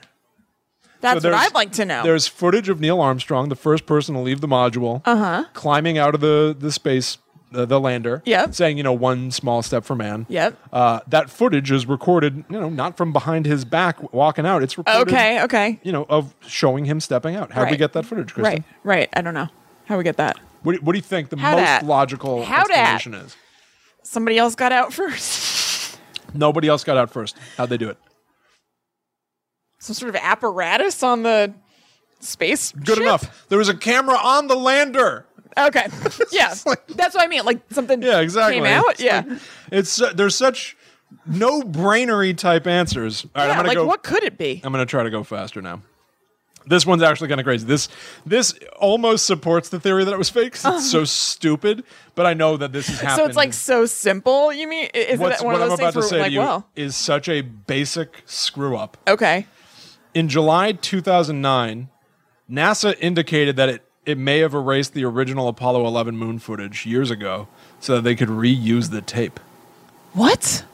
Speaker 1: That's what
Speaker 2: there's-
Speaker 1: I'd like to know.
Speaker 2: There's footage of Neil Armstrong, the first person to leave the module, uh-huh. climbing out of the the space, the, the lander,
Speaker 1: Yep.
Speaker 2: saying you know one small step for man.
Speaker 1: Yep.
Speaker 2: Uh, that footage is recorded, you know, not from behind his back walking out. It's recorded,
Speaker 1: Okay, okay.
Speaker 2: you know, of showing him stepping out. How'd we
Speaker 1: Right.
Speaker 2: get that footage, Kristen?
Speaker 1: Right, right. I don't know how we get that.
Speaker 2: What, do- what do you think the
Speaker 1: How
Speaker 2: most
Speaker 1: dat?
Speaker 2: logical
Speaker 1: How dat?
Speaker 2: explanation is?
Speaker 1: Somebody else got out first.
Speaker 2: Nobody else got out first. How'd they do it?
Speaker 1: Some sort of apparatus on the space.
Speaker 2: Good
Speaker 1: ship?
Speaker 2: enough. There was a camera on the lander.
Speaker 1: Okay. Yeah. That's what I mean. Like something
Speaker 2: Yeah, exactly.
Speaker 1: came out.
Speaker 2: It's
Speaker 1: Yeah.
Speaker 2: like- it's uh, there's such no brainery type answers. All right, I'm
Speaker 1: yeah
Speaker 2: gonna
Speaker 1: like,
Speaker 2: go.
Speaker 1: what could it be?
Speaker 2: I'm gonna try to go faster now. This one's actually kind of crazy. This this almost supports the theory that it was fake 'cause it's so stupid. But I know that this has
Speaker 1: So
Speaker 2: happened.
Speaker 1: it's like so simple. You mean i- is
Speaker 2: What's,
Speaker 1: that one of
Speaker 2: what I'm
Speaker 1: those
Speaker 2: about
Speaker 1: things
Speaker 2: to
Speaker 1: where
Speaker 2: say
Speaker 1: like,
Speaker 2: to you
Speaker 1: well,
Speaker 2: is such a basic screw up.
Speaker 1: okay,
Speaker 2: In July 2009, NASA indicated that it, it may have erased the original Apollo 11 moon footage years ago so that they could reuse the tape.
Speaker 1: what?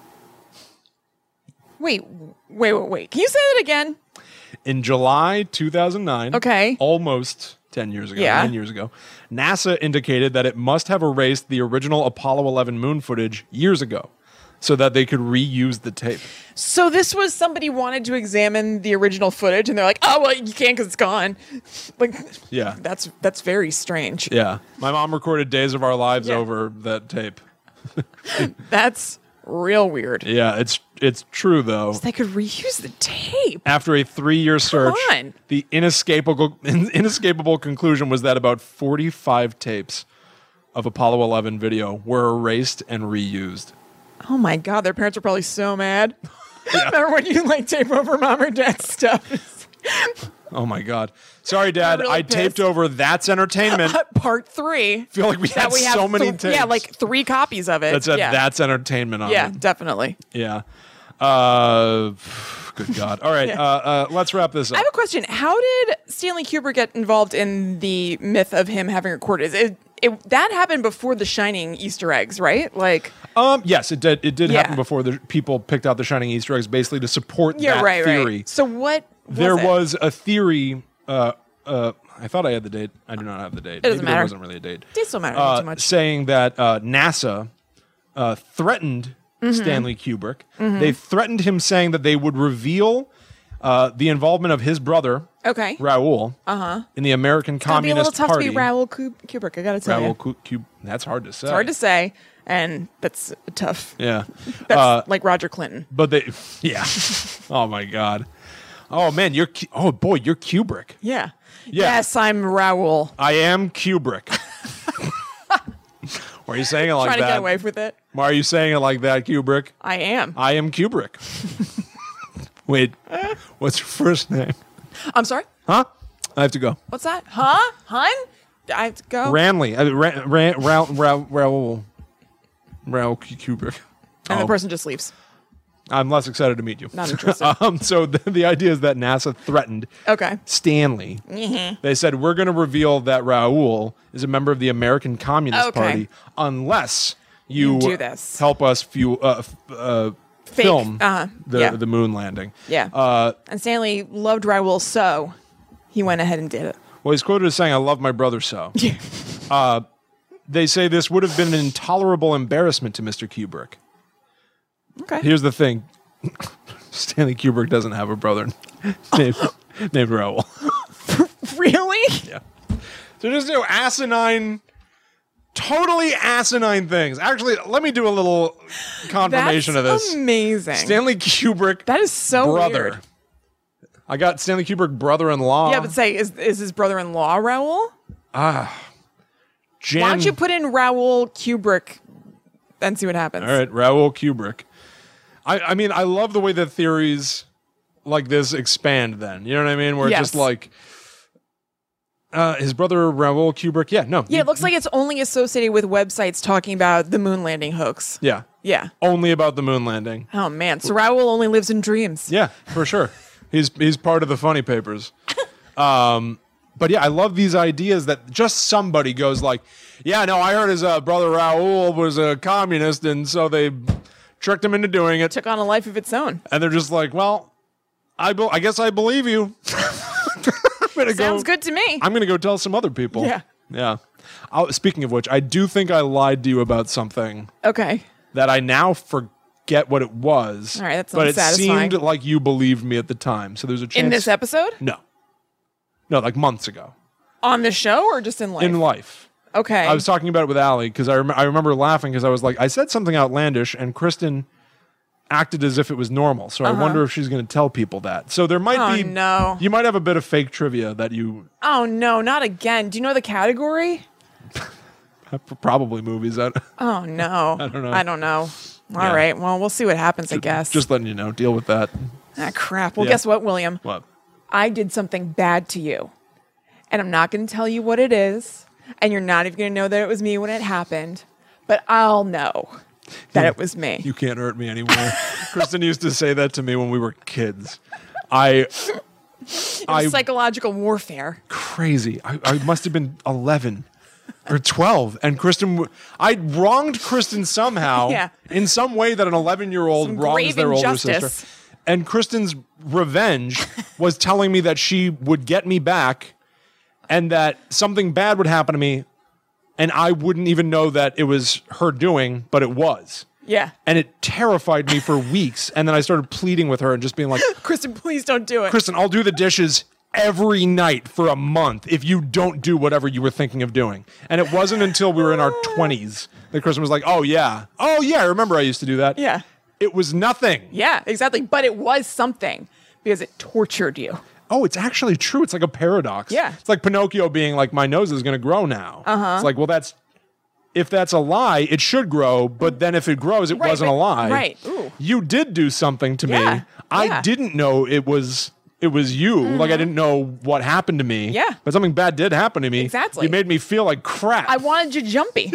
Speaker 1: Wait, w- wait, wait, wait. Can you say that again?
Speaker 2: In July 2009,
Speaker 1: Okay.
Speaker 2: almost 10 years ago,
Speaker 1: Yeah.
Speaker 2: 9 years ago, NASA indicated that it must have erased the original Apollo 11 moon footage years ago so that they could reuse the tape.
Speaker 1: So this was somebody wanted to examine the original footage, and they're like, "Oh well, you can't because it's gone." like,
Speaker 2: Yeah.
Speaker 1: that's that's very strange.
Speaker 2: Yeah. My mom recorded Days of Our Lives
Speaker 1: Yeah.
Speaker 2: over that tape.
Speaker 1: That's real weird.
Speaker 2: Yeah, it's it's true though.
Speaker 1: They could reuse the tape.
Speaker 2: After a three-year search,
Speaker 1: on.
Speaker 2: the inescapable inescapable conclusion was that about 45 tapes of Apollo 11 video were erased and reused.
Speaker 1: Oh my god, their parents are probably so mad. Remember when you like tape over mom or dad's stuff?
Speaker 2: Oh my god. Sorry, Dad.
Speaker 1: really
Speaker 2: I
Speaker 1: pissed.
Speaker 2: taped over That's Entertainment. I
Speaker 1: Part three.
Speaker 2: feel like we had
Speaker 1: That we have
Speaker 2: so many
Speaker 1: th-
Speaker 2: tapes.
Speaker 1: Yeah, like three copies of it.
Speaker 2: that said
Speaker 1: yeah.
Speaker 2: That's Entertainment on
Speaker 1: yeah,
Speaker 2: it.
Speaker 1: definitely.
Speaker 2: Yeah. Uh, good God. All right.
Speaker 1: Yeah.
Speaker 2: uh, uh, let's wrap this
Speaker 1: I
Speaker 2: up.
Speaker 1: have a question. How did Stanley Kubrick get involved in the myth of him having recorded? Is It, it, that happened before the Shining Easter eggs, right? Like,
Speaker 2: Um, yes, it did. It did
Speaker 1: Yeah.
Speaker 2: happen before the people picked out the Shining Easter eggs, basically to support
Speaker 1: yeah,
Speaker 2: that
Speaker 1: right,
Speaker 2: theory.
Speaker 1: right. So what? Was
Speaker 2: there
Speaker 1: it?
Speaker 2: was a theory. Uh, uh, I thought I had the date. I do not have the date. It
Speaker 1: doesn't
Speaker 2: There
Speaker 1: matter.
Speaker 2: wasn't really a date.
Speaker 1: Dates don't matter
Speaker 2: Uh,
Speaker 1: too much.
Speaker 2: Saying that uh, NASA uh, threatened
Speaker 1: Mm-hmm.
Speaker 2: Stanley Kubrick. They threatened him, saying that they would reveal uh, the involvement of his brother,
Speaker 1: Okay.
Speaker 2: Raoul, uh-huh. in the American
Speaker 1: It'd be a little
Speaker 2: Communist
Speaker 1: tough
Speaker 2: Party.
Speaker 1: to be Raoul Kub- Kubrick. I gotta tell
Speaker 2: Raoul
Speaker 1: you,
Speaker 2: Ku- Kub- That's hard to say.
Speaker 1: hard to say, and that's tough.
Speaker 2: Yeah.
Speaker 1: That's
Speaker 2: Uh,
Speaker 1: like Roger Clinton.
Speaker 2: but they, yeah. oh my God. Oh man, you're. Ku- Oh boy, you're Kubrick.
Speaker 1: Yeah. Yes, I'm Raoul.
Speaker 2: I am Kubrick. Why are you saying it like
Speaker 1: Trying
Speaker 2: that?
Speaker 1: to get away with it.
Speaker 2: Why are you saying it like that, Kubrick?
Speaker 1: I am.
Speaker 2: I am Kubrick. Wait, what's your first name?
Speaker 1: I'm sorry.
Speaker 2: Huh? I have to go.
Speaker 1: What's that? Huh? Hun? I have to go.
Speaker 2: Ramley. Uh, Ra- Ra- Ra- Ra- Raoul. Raoul Kubrick.
Speaker 1: and
Speaker 2: Oh.
Speaker 1: the person just leaves.
Speaker 2: I'm less excited to meet you.
Speaker 1: Not interested.
Speaker 2: Um, so the, the idea is that NASA threatened
Speaker 1: Okay.
Speaker 2: Stanley.
Speaker 1: Mm-hmm.
Speaker 2: They said, We're going to reveal that Raoul is a member of the American Communist
Speaker 1: Okay.
Speaker 2: Party unless you,
Speaker 1: You do this.
Speaker 2: help us fuel, uh, f- uh,
Speaker 1: Fake,
Speaker 2: film
Speaker 1: uh-huh,
Speaker 2: the,
Speaker 1: yeah.
Speaker 2: the moon landing.
Speaker 1: Yeah.
Speaker 2: Uh,
Speaker 1: and Stanley loved Raoul so he went ahead and did it.
Speaker 2: well, he's quoted as saying, I love my brother so. uh, they say this would have been an intolerable embarrassment to Mr. Kubrick.
Speaker 1: Okay.
Speaker 2: Here's the thing Stanley Kubrick doesn't have a brother named, named Raoul.
Speaker 1: really?
Speaker 2: Yeah. So just do asinine, totally asinine things. Actually, let me do a little
Speaker 1: That's
Speaker 2: confirmation of this.
Speaker 1: amazing.
Speaker 2: Stanley Kubrick.
Speaker 1: that is so
Speaker 2: brother.
Speaker 1: weird.
Speaker 2: I got Stanley Kubrick brother-in-law.
Speaker 1: Yeah, but say, is, is his brother-in-law Raoul?
Speaker 2: Jan-
Speaker 1: Why don't you put in Raoul Kubrick and see what happens?
Speaker 2: All right, Raoul Kubrick. I, I mean, I love the way that theories like this expand. Then you know what I mean? Where it's just
Speaker 1: Yes.
Speaker 2: like uh, his brother Raoul Kubrick. Yeah, no,
Speaker 1: Yeah,
Speaker 2: he-
Speaker 1: it looks like it's only associated with websites talking about the moon landing hoax.
Speaker 2: yeah.
Speaker 1: Yeah.
Speaker 2: Only about the moon landing.
Speaker 1: Oh man, so Raoul only lives in dreams.
Speaker 2: Yeah, for sure. he's he's part of the funny papers. Um, but yeah, I love these ideas that just somebody goes like, "Yeah, no, I heard his uh, brother Raoul was a communist, and so they tricked him into doing it."
Speaker 1: Took on a life of its own.
Speaker 2: And they're just like, "Well, I be- I guess I believe you." I'm gonna
Speaker 1: Sounds
Speaker 2: go,
Speaker 1: good to me.
Speaker 2: I'm gonna go tell some other people.
Speaker 1: Yeah.
Speaker 2: yeah. i speaking of which, I do think I lied to you about something
Speaker 1: okay.
Speaker 2: that I now forget what it was.
Speaker 1: All right, that's
Speaker 2: but it
Speaker 1: unsatisfying.
Speaker 2: seemed like you believed me at the time. So there's a chance
Speaker 1: In this episode?
Speaker 2: No, no, like months ago
Speaker 1: On the show or just in life?
Speaker 2: in life.
Speaker 1: okay.
Speaker 2: I was talking about it with Allie because I, rem- I remember laughing because I was like, I said something outlandish, and Kristen acted as if it was normal. So I wonder if she's going to tell people that. So there might
Speaker 1: Uh-huh. Oh,
Speaker 2: be
Speaker 1: no.
Speaker 2: you might have a bit of fake trivia that you
Speaker 1: oh no, not again. Do you know the category?
Speaker 2: probably movies. I,
Speaker 1: Oh no. I
Speaker 2: don't know.
Speaker 1: I don't know. All right.
Speaker 2: Yeah.
Speaker 1: Well, we'll see what happens, I guess.
Speaker 2: just letting you know, deal with that.
Speaker 1: ah, crap. Well,
Speaker 2: Yeah.
Speaker 1: guess what, William?
Speaker 2: What?
Speaker 1: I did something bad to you. And I'm not going to tell you what it is, and you're not even going to know that it was me when it happened, but I'll know that it was me.
Speaker 2: You can't hurt me anymore. Kristen used to say that to me when we were kids. I, I
Speaker 1: Psychological warfare.
Speaker 2: crazy. I, I must have been eleven or twelve, and Kristen, w- I wronged Kristen somehow
Speaker 1: Yeah.
Speaker 2: in some way that an eleven-year-old
Speaker 1: Some
Speaker 2: wrongs
Speaker 1: grave
Speaker 2: their older
Speaker 1: injustice.
Speaker 2: sister. And Kristen's revenge was telling me that she would get me back. and that something bad would happen to me and I wouldn't even know that it was her doing, but it was.
Speaker 1: Yeah.
Speaker 2: And it terrified me for weeks. And then I started pleading with her and just being like,
Speaker 1: Kristen, please don't do it.
Speaker 2: Kristen, I'll do the dishes every night for a month if you don't do whatever you were thinking of doing. And it wasn't until we were in our 20s that Kristen was like, oh, yeah. Oh, yeah. I remember I used to do that.
Speaker 1: Yeah.
Speaker 2: It was nothing.
Speaker 1: yeah, exactly. But it was something because it tortured you.
Speaker 2: Oh, it's actually true. It's like a paradox.
Speaker 1: Yeah.
Speaker 2: It's like Pinocchio being like, my nose is going to grow now. Uh-huh. It's like, well, that's. If that's a lie, it should grow, but then if it grows, it
Speaker 1: Right,
Speaker 2: wasn't
Speaker 1: but-
Speaker 2: a lie.
Speaker 1: right. Ooh.
Speaker 2: You did do something to
Speaker 1: Yeah,
Speaker 2: me. I
Speaker 1: yeah. Mm-hmm.
Speaker 2: didn't know it was it was you. Like I didn't know what happened to me.
Speaker 1: Yeah.
Speaker 2: But something bad did happen to me.
Speaker 1: Exactly.
Speaker 2: You made me feel like crap.
Speaker 1: I wanted you jumpy.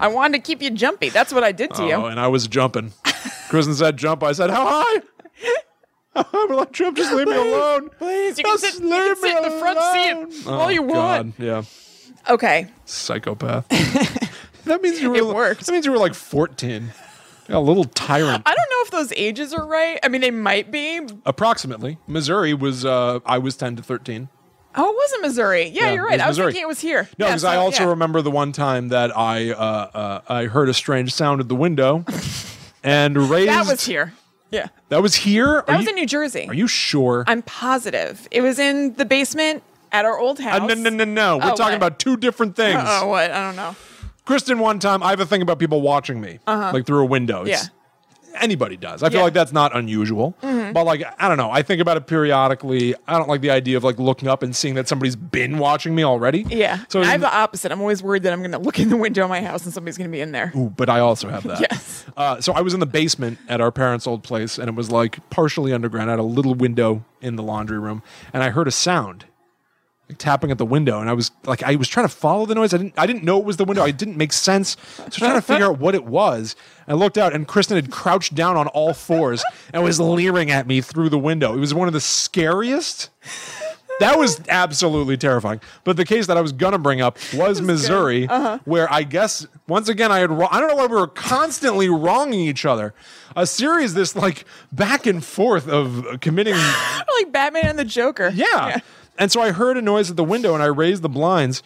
Speaker 1: I wanted to keep you jumpy. That's what I did to
Speaker 2: Oh, and I was jumping. Kristen said jump. I said, How high? I'm like, Jump, just leave me alone.
Speaker 1: Please, you can
Speaker 2: Just
Speaker 1: sit- you can
Speaker 2: leave me
Speaker 1: sit in the front seat
Speaker 2: alone. Oh,
Speaker 1: all you want.
Speaker 2: God, Yeah.
Speaker 1: you. Okay.
Speaker 2: psychopath. that means you were.
Speaker 1: It worked.
Speaker 2: That means you were like fourteen. Yeah, a little tyrant,
Speaker 1: I don't know if those ages are right. I mean, they might be.
Speaker 2: approximately. Missouri was. Uh, I was ten to thirteen.
Speaker 1: Oh, it wasn't Missouri. Yeah,
Speaker 2: Yeah,
Speaker 1: you're
Speaker 2: it
Speaker 1: right.
Speaker 2: was
Speaker 1: I was
Speaker 2: Missouri.
Speaker 1: thinking it was here.
Speaker 2: No,
Speaker 1: Yeah,
Speaker 2: because
Speaker 1: so-
Speaker 2: I also
Speaker 1: yeah.
Speaker 2: remember the one time that I uh, uh, I heard a strange sound at the window, and raised.
Speaker 1: That was here. Yeah.
Speaker 2: That was here.
Speaker 1: That was in New Jersey.
Speaker 2: Are you sure?
Speaker 1: I'm positive. It was in the basement at our old
Speaker 2: Uh,
Speaker 1: house.
Speaker 2: no, no, no, no. We're
Speaker 1: Oh,
Speaker 2: talking
Speaker 1: what?
Speaker 2: about two different things.
Speaker 1: Oh, what? I don't know.
Speaker 2: Kristen, one time, I have a thing about people watching me,
Speaker 1: Uh-huh.
Speaker 2: like through a window. It's- Anybody does. I
Speaker 1: Yeah.
Speaker 2: feel
Speaker 1: Mm-hmm.
Speaker 2: like that's not unusual. But, like, I don't know. I think about it periodically. I don't like the idea of, like, looking up and seeing that somebody's been watching me already.
Speaker 1: Yeah.
Speaker 2: So,
Speaker 1: I have the opposite. I'm always worried that I'm going to look in the window of my house and somebody's going to be in there.
Speaker 2: Ooh, but I also have that.
Speaker 1: Yes.
Speaker 2: Uh, so I was in the basement at our parents' old place, and it was like partially underground. I had a little window in the laundry room, and I heard a sound, like tapping at the window. And I was like, I was trying to follow the noise. I didn't, I didn't know it was the window. I didn't make sense. So trying to figure out what it was. I looked out, and Kristen had crouched down on all fours and was leering at me through the window. It was one of the scariest. That was absolutely terrifying. But the case that I was gonna bring up was Missouri, where I guess once again I had wro- I don't know why we were constantly wronging each other. A series this like back and forth of uh, committing
Speaker 1: like Batman and the Joker.
Speaker 2: yeah. And so I heard a noise at the window and I raised the blinds.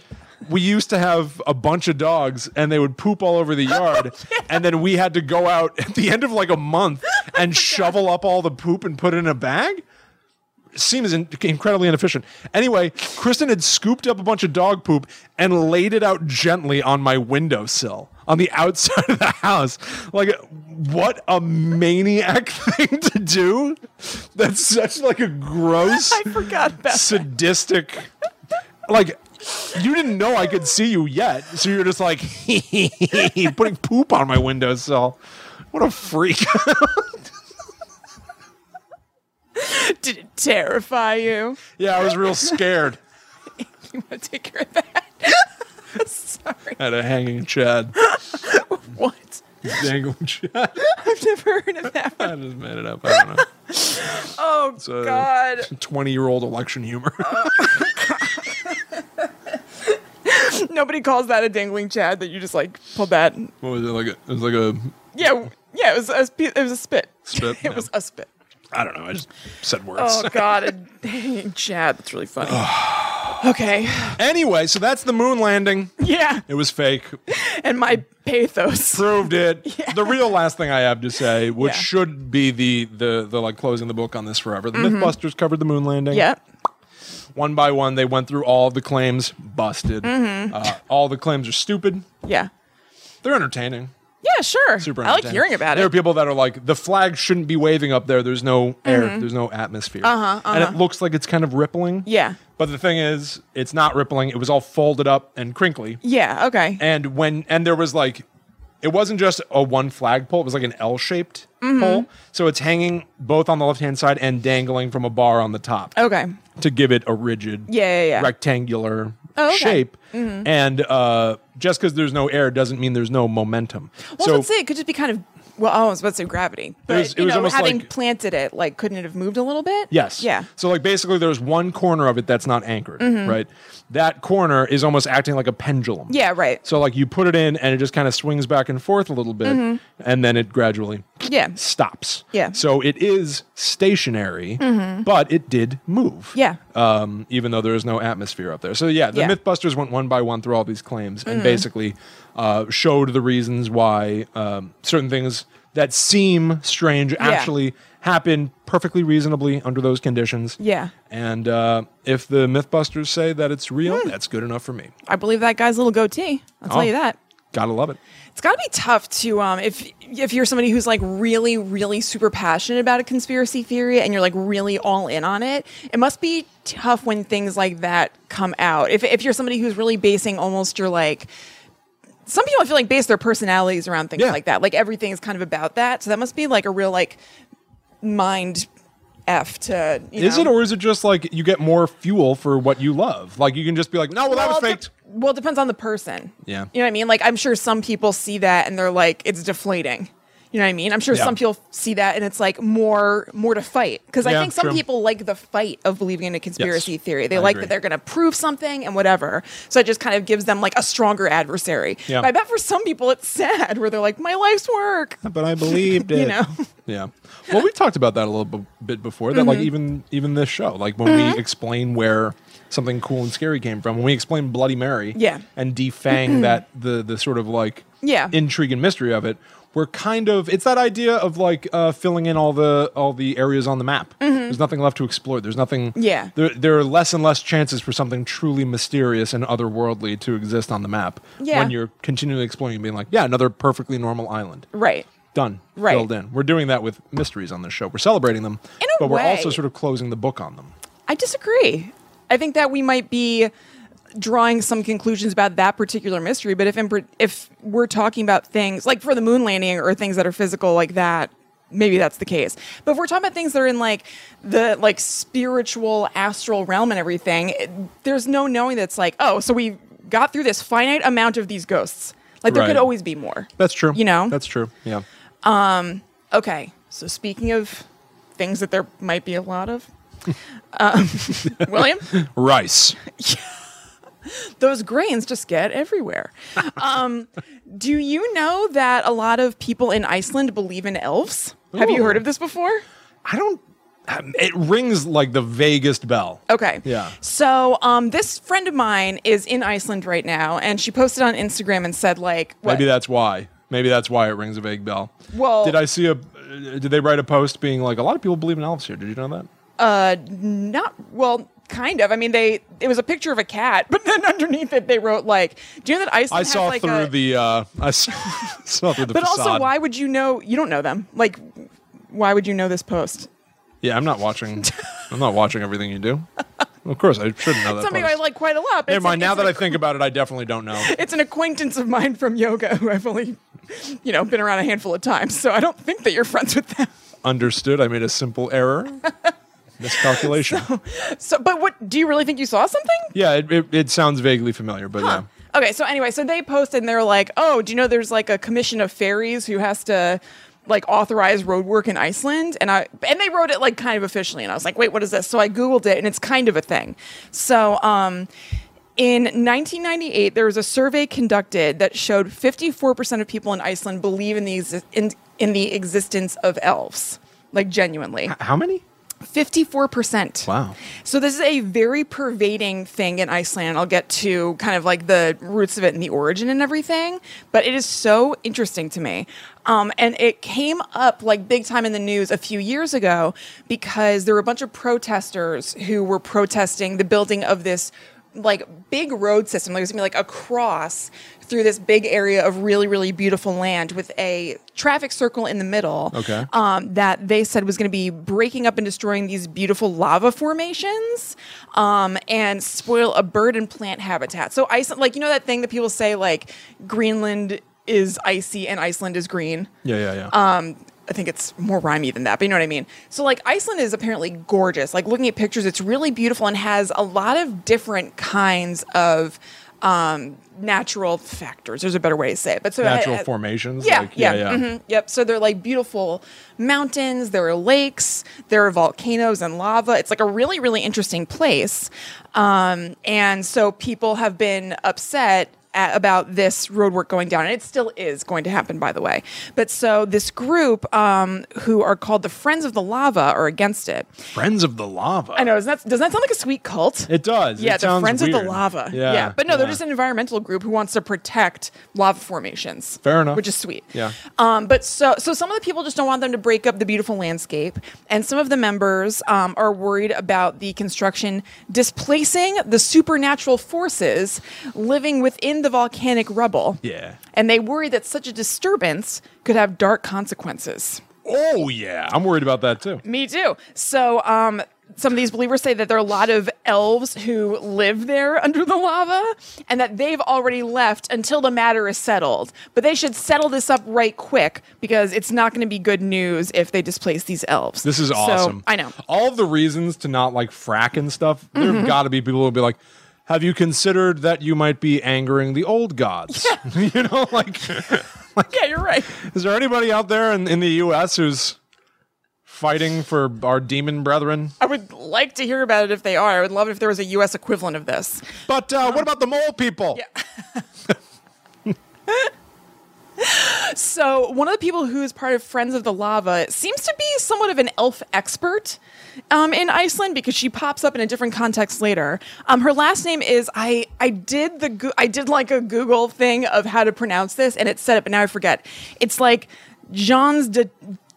Speaker 2: We used to have a bunch of dogs and they would poop all over the yard. And then we had to go out at the end of like a month and shovel up all the poop and put it in a bag. Seems in- incredibly inefficient. Anyway, Kristen had scooped up a bunch of dog poop and laid it out gently on my windowsill on the outside of the house. Like, what a maniac thing to do! That's such like a gross
Speaker 1: I forgot about that.
Speaker 2: sadistic like you didn't know I could see you yet, so you're just like putting poop on my windowsill. What a freak.
Speaker 1: Did it terrify you?
Speaker 2: yeah, I was real scared
Speaker 1: You want to take care of that? Sorry.
Speaker 2: at a hanging Chad.
Speaker 1: What?
Speaker 2: Dangling Chad.
Speaker 1: I've never heard of that.
Speaker 2: I just made it up. I don't know.
Speaker 1: Oh,
Speaker 2: So,
Speaker 1: God.
Speaker 2: 20 year old election humor.
Speaker 1: Nobody calls that a dangling Chad that you just like pull that.
Speaker 2: what was it like? A, it was like a
Speaker 1: Yeah. w- Yeah. It was a, sp- it was a spit.
Speaker 2: Spit,
Speaker 1: it
Speaker 2: yeah.
Speaker 1: was a spit.
Speaker 2: I don't know. I just said words.
Speaker 1: Oh, God. A dangling Chad. That's really funny. okay.
Speaker 2: Anyway, so that's the moon landing.
Speaker 1: Yeah.
Speaker 2: It was fake.
Speaker 1: And my pathos.
Speaker 2: proved it. The real last thing I have to say, which
Speaker 1: Yeah.
Speaker 2: should be the the the like closing the book on this forever. The
Speaker 1: Mm-hmm.
Speaker 2: MythBusters covered the moon landing.
Speaker 1: Yeah.
Speaker 2: One by one, they went through all the claims, busted.
Speaker 1: Mm-hmm.
Speaker 2: Uh, all the claims are stupid.
Speaker 1: Yeah.
Speaker 2: They're entertaining.
Speaker 1: Yeah, sure.
Speaker 2: Super
Speaker 1: I like
Speaker 2: entertaining.
Speaker 1: hearing about
Speaker 2: There are
Speaker 1: it.
Speaker 2: people that are like, the flag shouldn't be waving up there. There's no air. There's no atmosphere. Uh-huh, And it looks like it's kind of rippling.
Speaker 1: Mm-hmm. Yeah.
Speaker 2: But the thing is, it's not rippling. It was all folded up and crinkly.
Speaker 1: Yeah. Okay.
Speaker 2: and when and there was like it wasn't just a one flag pole it was like an l-shaped
Speaker 1: Mm-hmm.
Speaker 2: pole so it's hanging both on the left-hand side and dangling from a bar on the top
Speaker 1: okay.
Speaker 2: to give it a rigid
Speaker 1: Oh. Yeah, yeah, yeah.
Speaker 2: rectangular
Speaker 1: Oh, okay.
Speaker 2: shape and uh, just because there's no air doesn't mean there's no momentum
Speaker 1: Well,
Speaker 2: so
Speaker 1: that's it. It could just be kind of. Well, oh, I was about to say gravity, but
Speaker 2: was- it
Speaker 1: you
Speaker 2: was
Speaker 1: know,
Speaker 2: almost
Speaker 1: having
Speaker 2: like-
Speaker 1: planted it, like, couldn't it have moved a little bit?
Speaker 2: Yes.
Speaker 1: Yeah. Mm-hmm.
Speaker 2: So like basically there's one corner of it that's not anchored, right? That corner is almost acting like a pendulum.
Speaker 1: Yeah, right. Mm-hmm.
Speaker 2: So like you put it in and it just kind of swings back and forth a little bit and then it gradually
Speaker 1: Yeah.
Speaker 2: stops.
Speaker 1: Yeah. Mm-hmm.
Speaker 2: So it is stationary, but it did move.
Speaker 1: Yeah.
Speaker 2: Um, even though there is no atmosphere up there. So yeah, the
Speaker 1: Yeah. Mm.
Speaker 2: MythBusters went one by one through all these claims and basically uh, showed the reasons why um, certain things that seem strange actually happen perfectly reasonably under those conditions.
Speaker 1: Yeah.
Speaker 2: And uh, if the MythBusters say that it's real,
Speaker 1: Hmm.
Speaker 2: that's good enough for me.
Speaker 1: I believe that guy's little goatee. I'll
Speaker 2: Oh.
Speaker 1: tell you that.
Speaker 2: Gotta love it.
Speaker 1: It's got to be tough to um if if you're somebody who's like really really super passionate about a conspiracy theory and you're like really all in on it. It must be tough when things like that come out. If if you're somebody who's really basing almost your like some people I feel like base their personalities around things
Speaker 2: Yeah.
Speaker 1: like that. Like everything is kind of about that. So that must be like a real like mind f to you
Speaker 2: Is
Speaker 1: know.
Speaker 2: it, or is it just like you get more fuel for what you love? Like you can just be like, no, well, that was
Speaker 1: Well, it
Speaker 2: faked.
Speaker 1: dep- well, it depends on the person.
Speaker 2: Yeah.
Speaker 1: You know what I mean? Like, I'm sure some people see that and they're like, it's deflating. You know what I mean? I'm sure
Speaker 2: Yeah.
Speaker 1: some people see that and it's like more more to fight because
Speaker 2: Yeah,
Speaker 1: I think some
Speaker 2: true.
Speaker 1: people like the fight of believing in a conspiracy
Speaker 2: Yes,
Speaker 1: theory. They
Speaker 2: I
Speaker 1: like
Speaker 2: agree.
Speaker 1: that they're going to prove something and whatever. So it just kind of gives them like a stronger adversary.
Speaker 2: Yeah.
Speaker 1: But I bet for some people it's sad where they're like, my life's work.
Speaker 2: but I believed
Speaker 1: You know?
Speaker 2: Yeah. Well, we talked about that a little b- bit before. That
Speaker 1: Mm-hmm.
Speaker 2: like even even this show, like when we explain where something cool and scary came from, when we explain Bloody Mary,
Speaker 1: Yeah. Mm-hmm.
Speaker 2: and defang that the the sort of like
Speaker 1: Yeah.
Speaker 2: intrigue and mystery of it. We're kind of it's that idea of like uh, filling in all the all the areas on the map. There's nothing left to explore. There's nothing.
Speaker 1: Mm-hmm. Yeah.
Speaker 2: There, there are less and less chances for something truly mysterious and otherworldly to exist on the map.
Speaker 1: Yeah.
Speaker 2: When you're continually exploring and being like, yeah, another perfectly normal island
Speaker 1: Right.
Speaker 2: done
Speaker 1: Right.
Speaker 2: filled in we're doing that with mysteries on this show we're celebrating them
Speaker 1: In a
Speaker 2: but we're
Speaker 1: way.
Speaker 2: also sort of closing the book on them
Speaker 1: I disagree. I think that we might be drawing some conclusions about that particular mystery, but if in, par- if we're talking about things like for the moon landing or things that are physical like that, maybe that's the case. But if we're talking about things that are in like the like spiritual astral realm and everything, it- there's no knowing that's like, oh, so we got through this finite amount of these ghosts. Like there
Speaker 2: Right.
Speaker 1: could always be more.
Speaker 2: that's true
Speaker 1: You know?
Speaker 2: that's true yeah
Speaker 1: Okay, so speaking of things that there might be a lot of, um, William,
Speaker 2: rice
Speaker 1: those grains just get everywhere. um, do you know that a lot of people in Iceland believe in elves? Have you
Speaker 2: Ooh.
Speaker 1: heard of this before?
Speaker 2: i don't um, it rings like the vaguest bell
Speaker 1: Okay.
Speaker 2: Yeah.
Speaker 1: So um, this friend of mine is in Iceland right now, and she posted on Instagram and said, like, what?
Speaker 2: maybe that's why maybe that's why it rings a vague bell
Speaker 1: Well-
Speaker 2: did i see a uh, did they write a post being like a lot of people believe in elves here did you know that
Speaker 1: uh, not well. Kind of. I mean, they. It was a picture of a cat, but then underneath it, they wrote like, "Do you know that Iceland?"
Speaker 2: i
Speaker 1: has,
Speaker 2: saw
Speaker 1: like,
Speaker 2: through
Speaker 1: a-
Speaker 2: the uh i s- saw through the
Speaker 1: But
Speaker 2: facade.
Speaker 1: also, why would you know? You don't know them. Like, why would you know this post?
Speaker 2: yeah i'm not watching i'm not watching everything you do of course i shouldn't know that
Speaker 1: Something
Speaker 2: post.
Speaker 1: I like quite a lot. but
Speaker 2: Never
Speaker 1: it's
Speaker 2: mind.
Speaker 1: an-
Speaker 2: Now
Speaker 1: it's an
Speaker 2: that I think about it, I definitely don't know.
Speaker 1: it's an acquaintance of mine from yoga who I've only, you know, been around a handful of times. So I don't think that you're friends with them.
Speaker 2: Understood. I made a simple error. Miscalculation.
Speaker 1: So, but what do you really think you saw something?
Speaker 2: yeah, it, it, it sounds vaguely familiar, but yeah.
Speaker 1: Okay. So anyway, so they posted and they're like, oh, do you know there's like a commission of fairies who has to like authorize road work in Iceland? And I and they wrote it like kind of officially, and I was like, wait, what is this? So I googled it, and it's kind of a thing. So um. In 1998, there was a survey conducted that showed 54% of people in Iceland believe in the, exi- in, in the existence of elves, like genuinely.
Speaker 2: How many?
Speaker 1: 54%.
Speaker 2: Wow.
Speaker 1: So this is a very pervading thing in Iceland. I'll get to kind of like the roots of it and the origin and everything, but it is so interesting to me. Um, and it came up like big time in the news a few years ago because there were a bunch of protesters who were protesting the building of this like big road system. Like, it was gonna be like a cross through this big area of really, really beautiful land with a traffic circle in the middle
Speaker 2: Okay.
Speaker 1: um, that they said was going to be breaking up and destroying these beautiful lava formations um, and spoil a bird and plant habitat. So Iceland, like you know that thing that people say, like Greenland is icy and Iceland is green.
Speaker 2: Yeah, yeah, yeah.
Speaker 1: Um, I think it's more rhymey than that, but you know what I mean. So like Iceland is apparently gorgeous. Like looking at pictures, it's really beautiful and has a lot of different kinds of um, natural factors. There's a better way to say it, but so uh, it ha-
Speaker 2: Natural
Speaker 1: ha-
Speaker 2: formations.
Speaker 1: yeah,
Speaker 2: like,
Speaker 1: yeah,
Speaker 2: yeah, yeah.
Speaker 1: mhm, yep. So they're like beautiful mountains. There are lakes. There are volcanoes and lava. It's like a really, really interesting place. Um, and so people have been upset at, about this road work going down, and it still is going to happen, by the way. But so this group um, who are called the Friends of the Lava are against it.
Speaker 2: Friends of the Lava.
Speaker 1: I know, isn't that, doesn't that sound like a sweet cult?
Speaker 2: It does.
Speaker 1: Yeah,
Speaker 2: It
Speaker 1: the
Speaker 2: sounds
Speaker 1: Friends of
Speaker 2: weird.
Speaker 1: the Lava.
Speaker 2: Yeah,
Speaker 1: But no, they're
Speaker 2: yeah.
Speaker 1: just an environmental group who wants to protect lava formations.
Speaker 2: Fair enough.
Speaker 1: Which is sweet.
Speaker 2: Yeah.
Speaker 1: Um, but so so some of the people just don't want them to break up the beautiful landscape. And some of the members um, are worried about the construction displacing the supernatural forces living within the volcanic rubble.
Speaker 2: Yeah.
Speaker 1: And they worry that such a disturbance could have dark consequences.
Speaker 2: Oh yeah, I'm worried about that too.
Speaker 1: Me too. So, um, some of these believers say that there are a lot of elves who live there under the lava and that they've already left until the matter is settled. But they should settle this up right quick because it's not going to be good news if they displace these elves.
Speaker 2: This is
Speaker 1: So,
Speaker 2: awesome.
Speaker 1: I know. Mm-hmm.
Speaker 2: All of the reasons to not like frack and stuff, there have got to be people who'll be like, have you considered that you might be angering the old gods? you know, like,
Speaker 1: Yeah, you're right.
Speaker 2: is there anybody out there in, in the U.S. who's fighting for our demon brethren?
Speaker 1: I would like to hear about it if they are. I would love it if there was a U.S. equivalent of this.
Speaker 2: But uh, what about the mole people?
Speaker 1: So one of the people who is part of Friends of the Lava seems to be somewhat of an elf expert um, in Iceland because she pops up in a different context later. Um, her last name is I. I did the Goo- I did like a Google thing of how to pronounce this, and it said it, but now I forget. It's like Johns de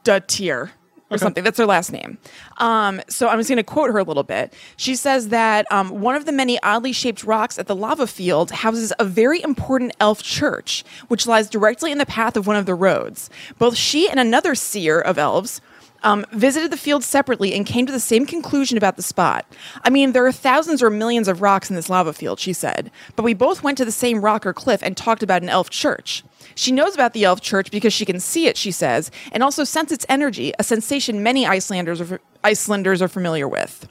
Speaker 1: Duttier. Or something. That's her last name. Um, so I'm just going to quote her a little bit. She says that um, one of the many oddly shaped rocks at the lava field houses a very important elf church, which lies directly in the path of one of the roads. Both she and another seer of elves um, visited the field separately and came to the same conclusion about the spot. I mean, there are thousands or millions of rocks in this lava field, she said, but we both went to the same rock or cliff and talked about an elf church. She knows about the elf church because she can see it, she says, and also sense its energy, a sensation many Icelanders are, Icelanders are familiar with.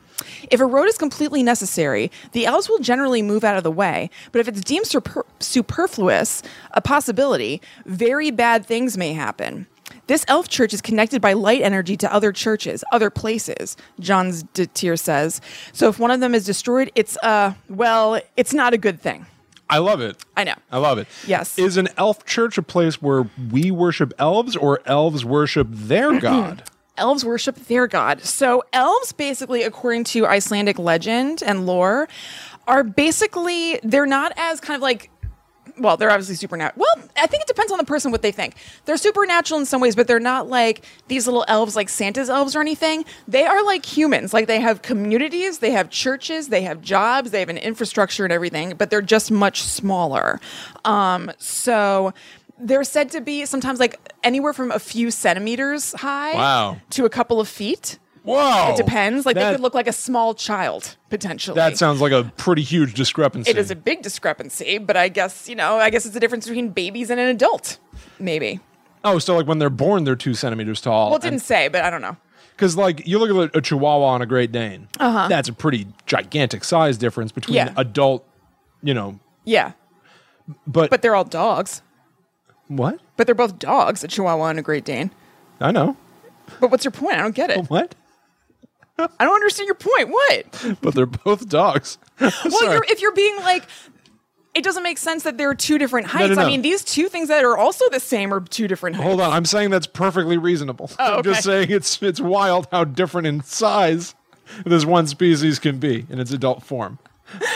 Speaker 1: If a road is completely necessary, the elves will generally move out of the way, but if it's deemed super- superfluous, a possibility, very bad things may happen. This elf church is connected by light energy to other churches, other places, John's de Tier says. So if one of them is destroyed, it's, uh, well, it's not a good thing.
Speaker 2: I love it.
Speaker 1: I know.
Speaker 2: I love it.
Speaker 1: Yes.
Speaker 2: Is an elf church a place where we worship elves or elves worship their
Speaker 1: Mm-hmm.
Speaker 2: god?
Speaker 1: elves worship their god. So elves basically according to Icelandic legend and lore are basically they're not as kind of like well, they're obviously supernatural. Well, I think it depends on the person what they think. They're supernatural in some ways, but they're not like these little elves like Santa's elves or anything. They are like humans. Like they have communities, they have churches, they have jobs, they have an infrastructure and everything, but they're just much smaller. Um, so they're said to be sometimes like anywhere from a few centimeters high
Speaker 2: Wow.
Speaker 1: to a couple of feet.
Speaker 2: Whoa.
Speaker 1: It depends. Like
Speaker 2: That-
Speaker 1: they could look like a small child potentially.
Speaker 2: That sounds like a pretty huge discrepancy.
Speaker 1: It is a big discrepancy, but I guess you know. I guess it's the difference between babies and an adult, maybe.
Speaker 2: oh, so like when they're born, they're two centimeters tall.
Speaker 1: Well, it didn't say, but I don't know.
Speaker 2: Because like you look at a, a Chihuahua and a Great Dane, uh-huh. that's a pretty gigantic size difference between
Speaker 1: Yeah.
Speaker 2: adult, you know.
Speaker 1: Yeah,
Speaker 2: But,
Speaker 1: but they're all dogs.
Speaker 2: what?
Speaker 1: But they're both dogs, a Chihuahua and a Great Dane.
Speaker 2: I know
Speaker 1: But what's your point? I don't get it.
Speaker 2: what.
Speaker 1: I don't understand your point. What?
Speaker 2: But they're both dogs.
Speaker 1: Well,
Speaker 2: Sorry.
Speaker 1: you're, if you're being like, it doesn't make sense that there are two different heights.
Speaker 2: no,
Speaker 1: I
Speaker 2: no.
Speaker 1: mean, these two things that are also the same are two different heights.
Speaker 2: Hold on, I'm saying that's perfectly reasonable.
Speaker 1: Oh,
Speaker 2: I'm just saying it's it's wild how different in size this one species can be in its adult form.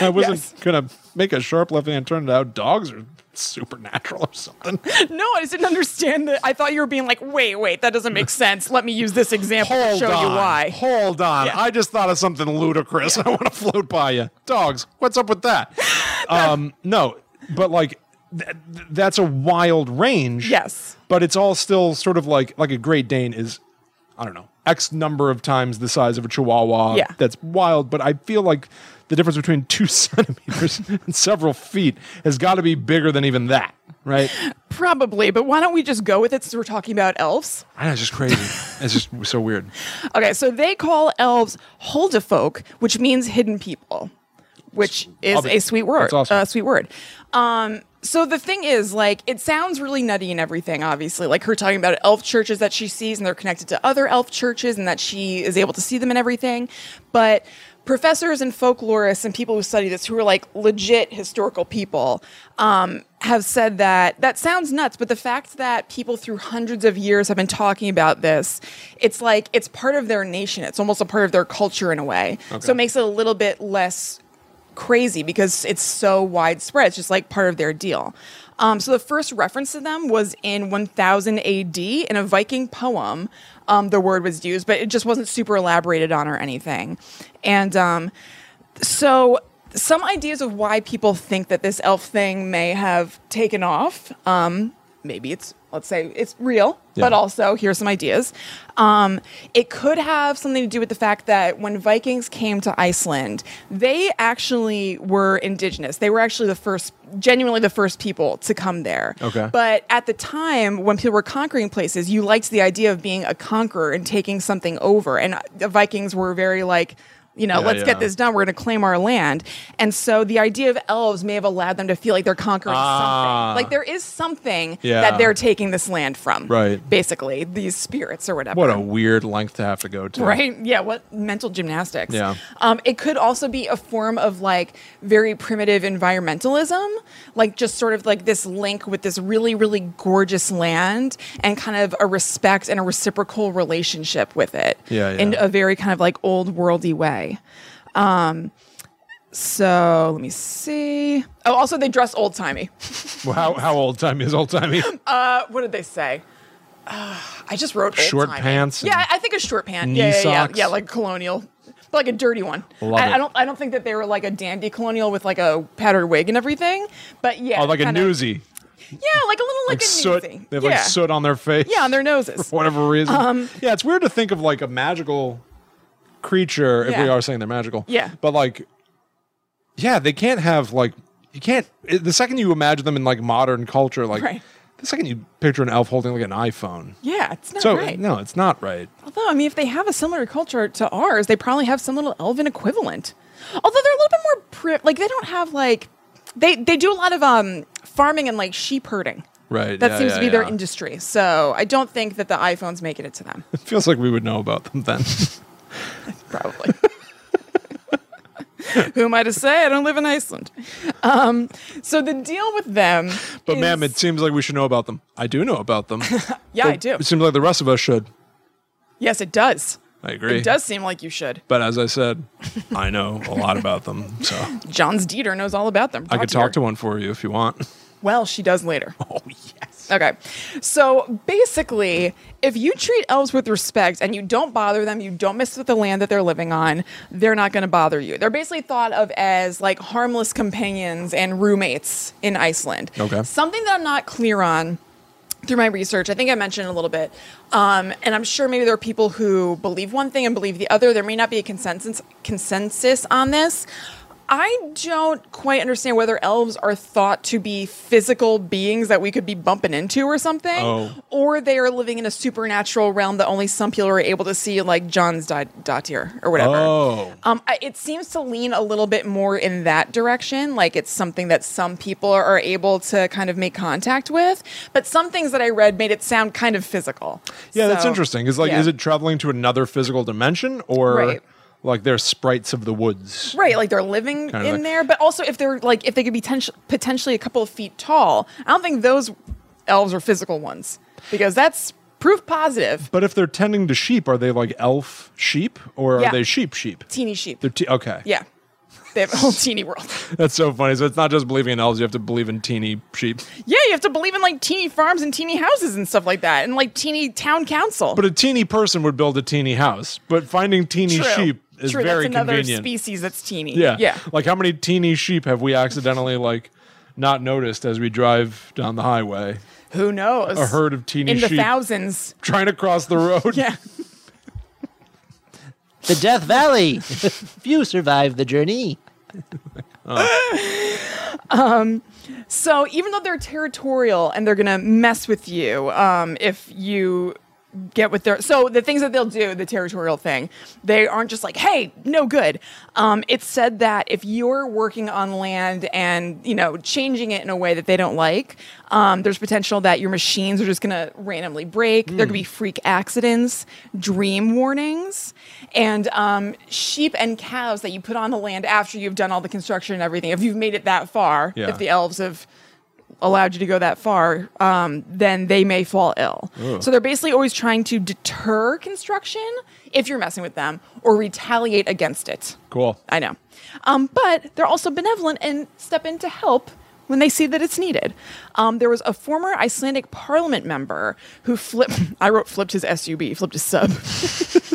Speaker 2: I wasn't
Speaker 1: Yes.
Speaker 2: gonna make a sharp left hand turn to how dogs are supernatural or something.
Speaker 1: No, I just didn't understand that. I thought you were being like, wait, wait, that doesn't make sense. Let me use this example to
Speaker 2: Hold
Speaker 1: show
Speaker 2: on.
Speaker 1: you why.
Speaker 2: Hold on.
Speaker 1: Yeah.
Speaker 2: I just thought of something ludicrous. I want to float by you. Dogs, what's up with that? um, no, but like th- th- that's a wild range.
Speaker 1: Yes.
Speaker 2: But it's all still sort of like like a Great Dane is I don't know, X number of times the size of a Chihuahua.
Speaker 1: Yeah.
Speaker 2: That's wild, but I feel like the difference between two centimeters and several feet has got to be bigger than even that, right?
Speaker 1: Probably, but why don't we just go with it since we're talking about elves?
Speaker 2: I know, it's just crazy. it's just so weird.
Speaker 1: Okay, so they call elves Huldafolk, which means hidden people, which is
Speaker 2: Love it.
Speaker 1: a sweet word.
Speaker 2: That's awesome.
Speaker 1: uh, sweet word. Um, so the thing is, like, it sounds really nutty and everything, obviously. Like her talking about elf churches that she sees and they're connected to other elf churches and that she is able to see them and everything. But professors and folklorists and people who study this who are like legit historical people um, have said that that sounds nuts but the fact that people through hundreds of years have been talking about this it's like it's part of their nation it's almost a part of their culture in a way so it makes it a little bit less crazy because it's so widespread. It's just like part of their deal. Um, so the first reference to them was in 1000 AD in a Viking poem. Um, the word was used, but it just wasn't super elaborated on or anything. And um, so some ideas of why people think that this elf thing may have taken off. Um, maybe it's let's say it's real, but
Speaker 2: Yeah.
Speaker 1: also here's some ideas. Um, it could have something to do with the fact that when Vikings came to Iceland, they actually were indigenous. They were actually the first, genuinely the first people to come there.
Speaker 2: Okay.
Speaker 1: But at the time, when people were conquering places, you liked the idea of being a conqueror and taking something over. And uh, the Vikings were very like, you know,
Speaker 2: Yeah,
Speaker 1: let's get
Speaker 2: yeah.
Speaker 1: this done. We're going to claim our land. And so the idea of elves may have allowed them to feel like they're conquering
Speaker 2: Ah.
Speaker 1: something. Like there is something
Speaker 2: Yeah.
Speaker 1: that they're taking this land from.
Speaker 2: Right.
Speaker 1: Basically, these spirits or whatever.
Speaker 2: What a weird length to have to go to.
Speaker 1: Right? Yeah, what mental gymnastics.
Speaker 2: Yeah.
Speaker 1: Um, it could also be a form of like very primitive environmentalism, like just sort of like this link with this really, really gorgeous land and kind of a respect and a reciprocal relationship with it
Speaker 2: Yeah, yeah.
Speaker 1: in a very kind of like old worldy way. Um, so let me see. Oh, also, they dress old timey.
Speaker 2: Well, how, how old time is old timey?
Speaker 1: Uh, what did they say? Uh, I just wrote old
Speaker 2: Short
Speaker 1: timey.
Speaker 2: pants and
Speaker 1: Yeah, I think a short pant.
Speaker 2: knee
Speaker 1: yeah, yeah,
Speaker 2: socks.
Speaker 1: yeah, yeah, like colonial, but like a dirty one.
Speaker 2: Love
Speaker 1: I,
Speaker 2: it.
Speaker 1: I don't, I don't think that they were like a dandy colonial with like a powdered wig and everything. But yeah,
Speaker 2: oh, like a
Speaker 1: kinda-
Speaker 2: newsie.
Speaker 1: Yeah, like a little like,
Speaker 2: Like
Speaker 1: a
Speaker 2: soot.
Speaker 1: newsie.
Speaker 2: They have
Speaker 1: yeah.
Speaker 2: like soot on their face.
Speaker 1: yeah, on their noses. Um,
Speaker 2: for whatever reason. yeah, it's weird to think of like a magical creature if we
Speaker 1: Yeah.
Speaker 2: are saying they're magical.
Speaker 1: Yeah.
Speaker 2: But like, yeah, they can't have like, you can't, it- the second you imagine them in like modern culture, like,
Speaker 1: Right.
Speaker 2: the second you picture an elf holding like an iPhone.
Speaker 1: Yeah, it's not
Speaker 2: So,
Speaker 1: right.
Speaker 2: no, it's not right.
Speaker 1: Although, I mean, if they have a similar culture to ours, they probably have some little elven equivalent. Although they're a little bit more pri- like they don't have like they they do a lot of um farming and like sheep herding.
Speaker 2: Right.
Speaker 1: That
Speaker 2: yeah,
Speaker 1: seems
Speaker 2: yeah,
Speaker 1: to be their
Speaker 2: yeah.
Speaker 1: industry. So I don't think that the iPhone's making it to them.
Speaker 2: It feels like we would know about them then.
Speaker 1: Probably. Who am I to say? I don't live in Iceland. Um, so the deal with them.
Speaker 2: But
Speaker 1: is-
Speaker 2: ma'am, it seems like we should know about them. I do know about them.
Speaker 1: yeah, I do.
Speaker 2: It seems like the rest of us should.
Speaker 1: Yes, it does.
Speaker 2: I agree.
Speaker 1: It does seem like you should.
Speaker 2: But as I said, I know a lot about them. So
Speaker 1: John's Dieter knows all about them.
Speaker 2: I could talk
Speaker 1: her.
Speaker 2: to one for you if you want.
Speaker 1: Well, she does later.
Speaker 2: Oh, yes.
Speaker 1: Okay. So basically, if you treat elves with respect and you don't bother them, you don't mess with the land that they're living on, they're not going to bother you. They're basically thought of as like harmless companions and roommates in Iceland.
Speaker 2: Okay.
Speaker 1: Something that I'm not clear on through my research, I think I mentioned a little bit, um, and I'm sure maybe there are people who believe one thing and believe the other. There may not be a consensus consensus on this. I don't quite understand whether elves are thought to be physical beings that we could be bumping into or something,
Speaker 2: Oh.
Speaker 1: or they are living in a supernatural realm that only some people are able to see, like John's da- Datir or whatever.
Speaker 2: Oh.
Speaker 1: Um, I- it seems to lean a little bit more in that direction. Like it's something that some people are able to kind of make contact with, but some things that I read made it sound kind of physical.
Speaker 2: Yeah, that's
Speaker 1: So,
Speaker 2: interesting. Is like,
Speaker 1: yeah.
Speaker 2: is it traveling to another physical dimension, or
Speaker 1: Right.
Speaker 2: like they're sprites of the woods?
Speaker 1: right? Like they're living
Speaker 2: Kinda
Speaker 1: in
Speaker 2: like-
Speaker 1: there, but also if they're like if they could be ten- potentially a couple of feet tall, I don't think those elves are physical ones because that's proof positive.
Speaker 2: But if they're tending to sheep, are they like elf sheep, or are
Speaker 1: Yeah.
Speaker 2: they sheep sheep?
Speaker 1: Teeny sheep.
Speaker 2: They're te- okay.
Speaker 1: yeah, they have a whole teeny world.
Speaker 2: that's so funny. So it's not just believing in elves; you have to believe in teeny sheep.
Speaker 1: Yeah, you have to believe in like teeny farms and teeny houses and stuff like that, and like teeny town council.
Speaker 2: But a teeny person would build a teeny house. But finding teeny
Speaker 1: True.
Speaker 2: sheep is
Speaker 1: True,
Speaker 2: very
Speaker 1: that's another
Speaker 2: convenient.
Speaker 1: species that's teeny.
Speaker 2: Yeah.
Speaker 1: Yeah.
Speaker 2: Like how many teeny sheep have we accidentally like not noticed as we drive down the highway?
Speaker 1: Who knows?
Speaker 2: A herd of teeny
Speaker 1: in the
Speaker 2: sheep
Speaker 1: thousands.
Speaker 2: trying to cross the road.
Speaker 1: Yeah.
Speaker 3: The Death Valley. Few survive the journey.
Speaker 1: So even though they're territorial and they're gonna mess with you, um, if you get with their so the things that they'll do the territorial thing they aren't just like hey no good um, it's said that if you're working on land and you know changing it in a way that they don't like um, there's potential that your machines are just going to randomly break there could be freak accidents dream warnings and um, sheep and cows that you put on the land after you've done all the construction and everything if you've made it that far
Speaker 2: Yeah.
Speaker 1: if the elves have allowed you to go that far, um, then they may fall ill. So they're basically always trying to deter construction if you're messing with them or retaliate against it.
Speaker 2: Cool.
Speaker 1: I know. Um, but they're also benevolent and step in to help when they see that it's needed. Um, there was a former Icelandic parliament member who flipped, I wrote flipped his SUB, flipped his sub.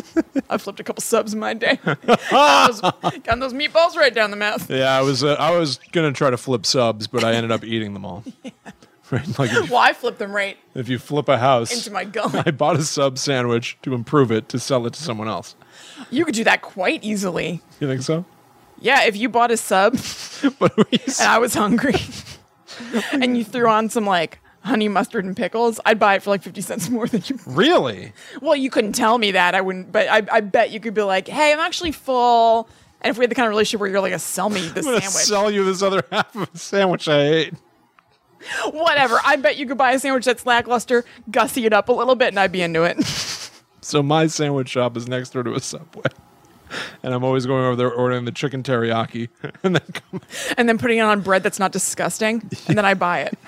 Speaker 1: I flipped a couple subs in my day. got, those, got those meatballs right down the mouth.
Speaker 2: Yeah, I was uh, I was gonna try to flip subs, but I ended up eating them all. Right? Like if,
Speaker 1: Well, I flipped them right
Speaker 2: if you flip a house,
Speaker 1: into my gullet.
Speaker 2: I bought a sub sandwich to improve it to sell it to someone else.
Speaker 1: You could do that quite easily.
Speaker 2: You think so?
Speaker 1: Yeah, if you bought a sub
Speaker 2: But we
Speaker 1: and I was hungry and you threw on some like honey mustard and pickles, I'd buy it for like 50 cents more than you.
Speaker 2: really,
Speaker 1: Well, you couldn't tell me that. I wouldn't, but I, I bet you could be like, hey, I'm actually full. And if we had the kind of relationship where you're like, sell me this
Speaker 2: I'm gonna
Speaker 1: sandwich,
Speaker 2: sell you this other half of a sandwich I ate.
Speaker 1: whatever, I bet you could buy a sandwich that's lackluster, gussy it up a little bit, and I'd be into it.
Speaker 2: So my sandwich shop is next door to a Subway. And I'm always going over there ordering the chicken teriyaki and then coming.
Speaker 1: and then putting it on bread that's not disgusting, and then I buy it.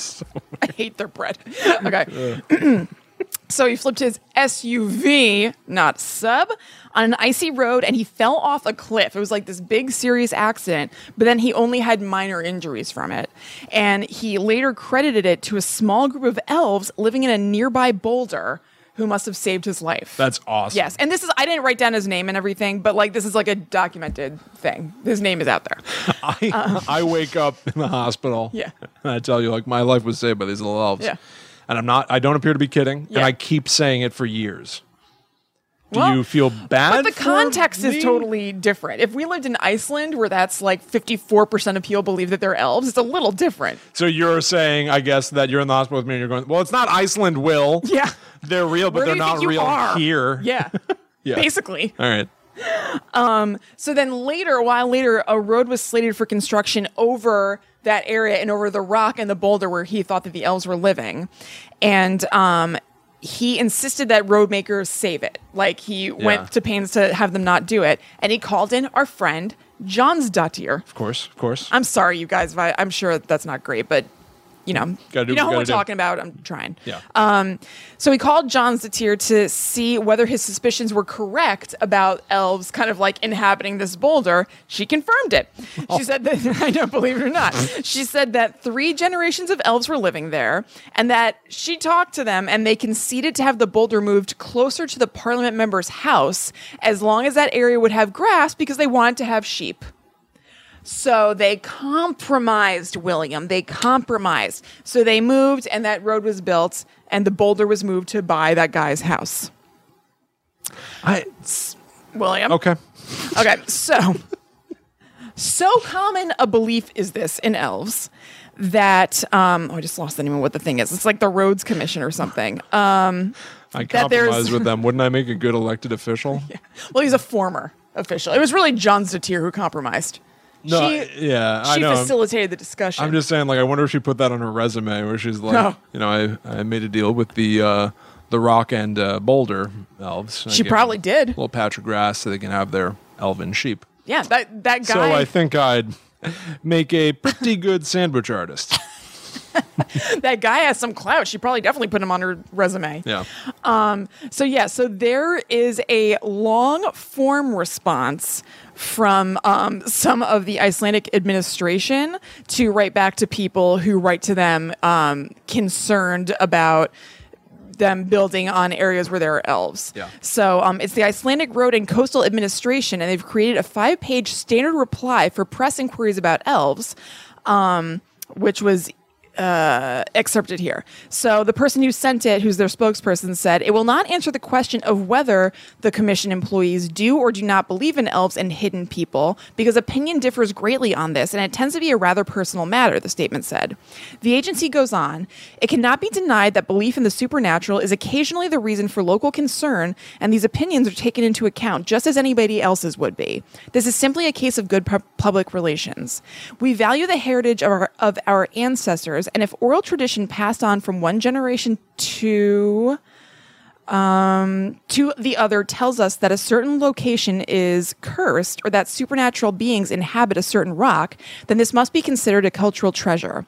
Speaker 1: I hate their bread. Okay. so he flipped his SUV, not sub, on an icy road and he fell off a cliff. It was like this big serious accident, but then he only had minor injuries from it. And he later credited it to a small group of elves living in a nearby boulder who must have saved his life.
Speaker 2: That's awesome.
Speaker 1: Yes, and this is I didn't write down his name and everything, but like this is like a documented thing. His name is out there.
Speaker 2: I, I wake up in the hospital.
Speaker 1: Uh-huh. Yeah.
Speaker 2: And I tell you, like, my life was saved by these little elves.
Speaker 1: Yeah.
Speaker 2: And I'm not, I don't appear to be kidding.
Speaker 1: Yeah.
Speaker 2: And I keep saying it for years. Do
Speaker 1: Well,
Speaker 2: you feel bad?
Speaker 1: But the
Speaker 2: for
Speaker 1: context
Speaker 2: me?
Speaker 1: is totally different. If we lived in Iceland, where that's like 54% of people believe that they're elves, it's a little different.
Speaker 2: So you're saying, I guess, that you're in the hospital with me and you're going, well, it's not Iceland, Will.
Speaker 1: Yeah.
Speaker 2: They're real, but
Speaker 1: Where do
Speaker 2: they're
Speaker 1: you
Speaker 2: not
Speaker 1: think you
Speaker 2: real
Speaker 1: are?
Speaker 2: here.
Speaker 1: Yeah.
Speaker 2: Yeah.
Speaker 1: Basically.
Speaker 2: All right.
Speaker 1: So then later, a while later, a road was slated for construction over that area and over the rock and the boulder where he thought that the elves were living. And um, he insisted that road makers save it. Like he
Speaker 2: Yeah.
Speaker 1: went to pains to have them not do it. And he called in our friend, John's Dottier.
Speaker 2: Of course. Of course.
Speaker 1: I'm sorry, you guys. If I, I'm sure that's not great, but you know,
Speaker 2: Gotta do
Speaker 1: you know
Speaker 2: what
Speaker 1: who
Speaker 2: we
Speaker 1: we're
Speaker 2: gotta do.
Speaker 1: talking about. I'm trying.
Speaker 2: yeah.
Speaker 1: Um, so he called John Zatir to see whether his suspicions were correct about elves kind of like inhabiting this boulder. She confirmed it.
Speaker 2: Oh.
Speaker 1: She said that, I don't believe it or not, she said that three generations of elves were living there and that she talked to them and they conceded to have the boulder moved closer to the parliament member's house as long as that area would have grass because they wanted to have sheep. So they compromised, William. They compromised. So they moved, and that road was built, and the boulder was moved to buy that guy's house.
Speaker 2: I,
Speaker 1: William.
Speaker 2: okay.
Speaker 1: Okay, so so common a belief is this in elves that um, oh, I just lost the name of what the thing is. It's like the Roads Commission or something. Um,
Speaker 2: I
Speaker 1: that there's-
Speaker 2: compromise with them. Wouldn't I make a good elected official?
Speaker 1: well, he's a former official. It was really John Zatir who compromised.
Speaker 2: No,
Speaker 1: she,
Speaker 2: I- yeah, I
Speaker 1: she
Speaker 2: know. I'm-
Speaker 1: facilitated the discussion.
Speaker 2: I'm just saying, like, I wonder if she put that on her resume where she's like,
Speaker 1: No.
Speaker 2: you know, I, I made a deal with the uh, the Rock and uh, Boulder elves. I
Speaker 1: She
Speaker 2: gave
Speaker 1: probably
Speaker 2: them
Speaker 1: did.
Speaker 2: A little patch of grass so they can have their elven sheep.
Speaker 1: yeah, that that guy.
Speaker 2: So I think I'd make a pretty good sandwich artist.
Speaker 1: that guy has some clout. She probably definitely put him on her resume.
Speaker 2: Yeah.
Speaker 1: Um, so yeah, so there is a long form response from um, some of the Icelandic administration to write back to people who write to them um, concerned about them building on areas where there are elves.
Speaker 2: Yeah.
Speaker 1: So um, it's the Icelandic Road and Coastal Administration, and they've created a five-page standard reply for press inquiries about elves, um, which was uh, excerpted here. So the person who sent it, who's their spokesperson, said it will not answer the question of whether the commission employees do or do not believe in elves and hidden people, because opinion differs greatly on this, and it tends to be a rather personal matter. The statement said. The agency goes on. It cannot be denied that belief in the supernatural is occasionally the reason for local concern, and these opinions are taken into account just as anybody else's would be. This is simply a case of good pub- public relations. We value the heritage of our, of our ancestors, and if oral tradition passed on from one generation to um, to the other tells us that a certain location is cursed or that supernatural beings inhabit a certain rock, then this must be considered a cultural treasure.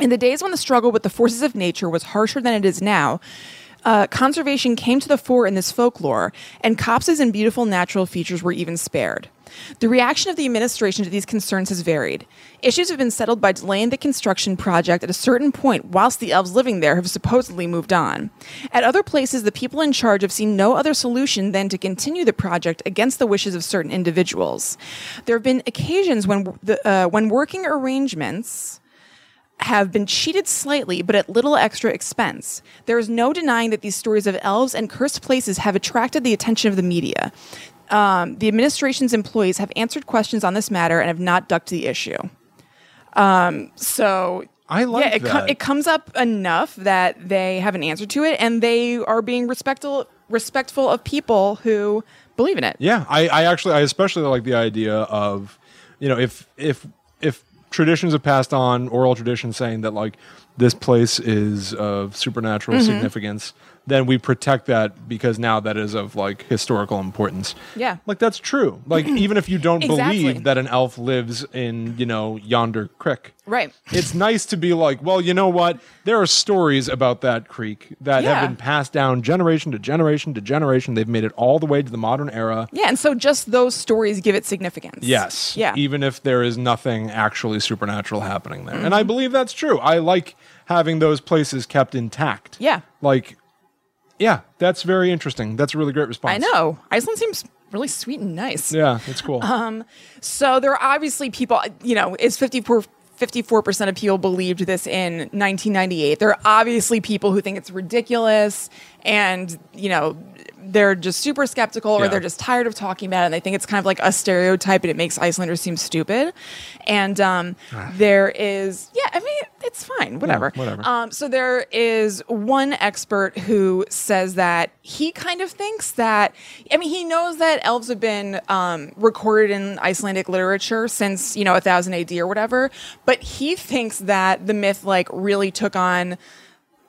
Speaker 1: In the days when the struggle with the forces of nature was harsher than it is now, uh, conservation came to the fore in this folklore, and copses and beautiful natural features were even spared. The reaction of the administration to these concerns has varied. Issues have been settled by delaying the construction project at a certain point whilst the elves living there have supposedly moved on. At other places, the people in charge have seen no other solution than to continue the project against the wishes of certain individuals. There have been occasions when, the, uh, when working arrangements have been cheated slightly, but at little extra expense. There is no denying that these stories of elves and cursed places have attracted the attention of the media. Um, the administration's employees have answered questions on this matter and have not ducked the issue. Um, so.
Speaker 2: I like
Speaker 1: yeah, it,
Speaker 2: that.
Speaker 1: it comes up enough that they have an answer to it, and they are being respectful respectful of people who believe in it.
Speaker 2: Yeah, I, I actually, I especially like the idea of, you know, if if if traditions have passed on, oral tradition saying that like this place is of supernatural
Speaker 1: Mm-hmm.
Speaker 2: significance, then we protect that because now that is of like historical importance.
Speaker 1: Yeah.
Speaker 2: like that's true. Like even if you don't
Speaker 1: Exactly.
Speaker 2: believe that an elf lives in you know yonder creek,
Speaker 1: Right.
Speaker 2: it's nice to be like, well, you know what? There are stories about that creek that
Speaker 1: Yeah.
Speaker 2: have been passed down generation to generation to generation. They've made it all the way to the modern era.
Speaker 1: Yeah, and so just those stories give it significance.
Speaker 2: Yes.
Speaker 1: Yeah.
Speaker 2: Even if there is nothing actually supernatural happening there.
Speaker 1: Mm-hmm.
Speaker 2: And I believe that's true. I like having those places kept intact.
Speaker 1: Yeah.
Speaker 2: Like, yeah, that's very interesting. That's a really great response.
Speaker 1: I know. Iceland seems really sweet and nice.
Speaker 2: Yeah, that's cool.
Speaker 1: Uh-huh. So there are obviously people, you know, it's 54. 54% of people believed this in 1998. There are obviously people who think it's ridiculous and, you know, they're just super skeptical or
Speaker 2: Yeah.
Speaker 1: they're just tired of talking about it and they think it's kind of like a stereotype and it makes Icelanders seem stupid. And um,
Speaker 2: Ah.
Speaker 1: there is, yeah, I mean, it's fine, whatever.
Speaker 2: whatever.
Speaker 1: Um, so there is one expert who says that he kind of thinks that, I mean, he knows that elves have been um, recorded in Icelandic literature since, you know, 1000 AD or whatever, but he thinks that the myth, like, really took on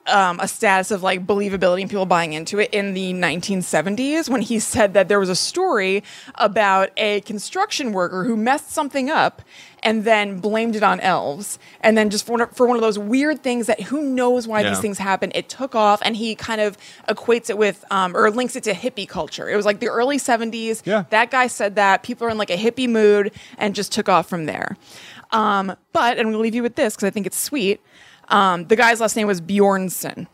Speaker 1: um, a status of like believability and people buying into it in the 1970s when he said that there was a story about a construction worker who messed something up and then blamed it on elves and then just for, for one of those weird things that who knows why
Speaker 2: Yeah.
Speaker 1: these things happen it took off and he kind of equates it with um, or links it to hippie culture it was like the early 70s
Speaker 2: Yeah.
Speaker 1: that guy said that people are in like a hippie mood and just took off from there um, but and we'll leave you with this because i think it's sweet um, the guy's last name was bjornson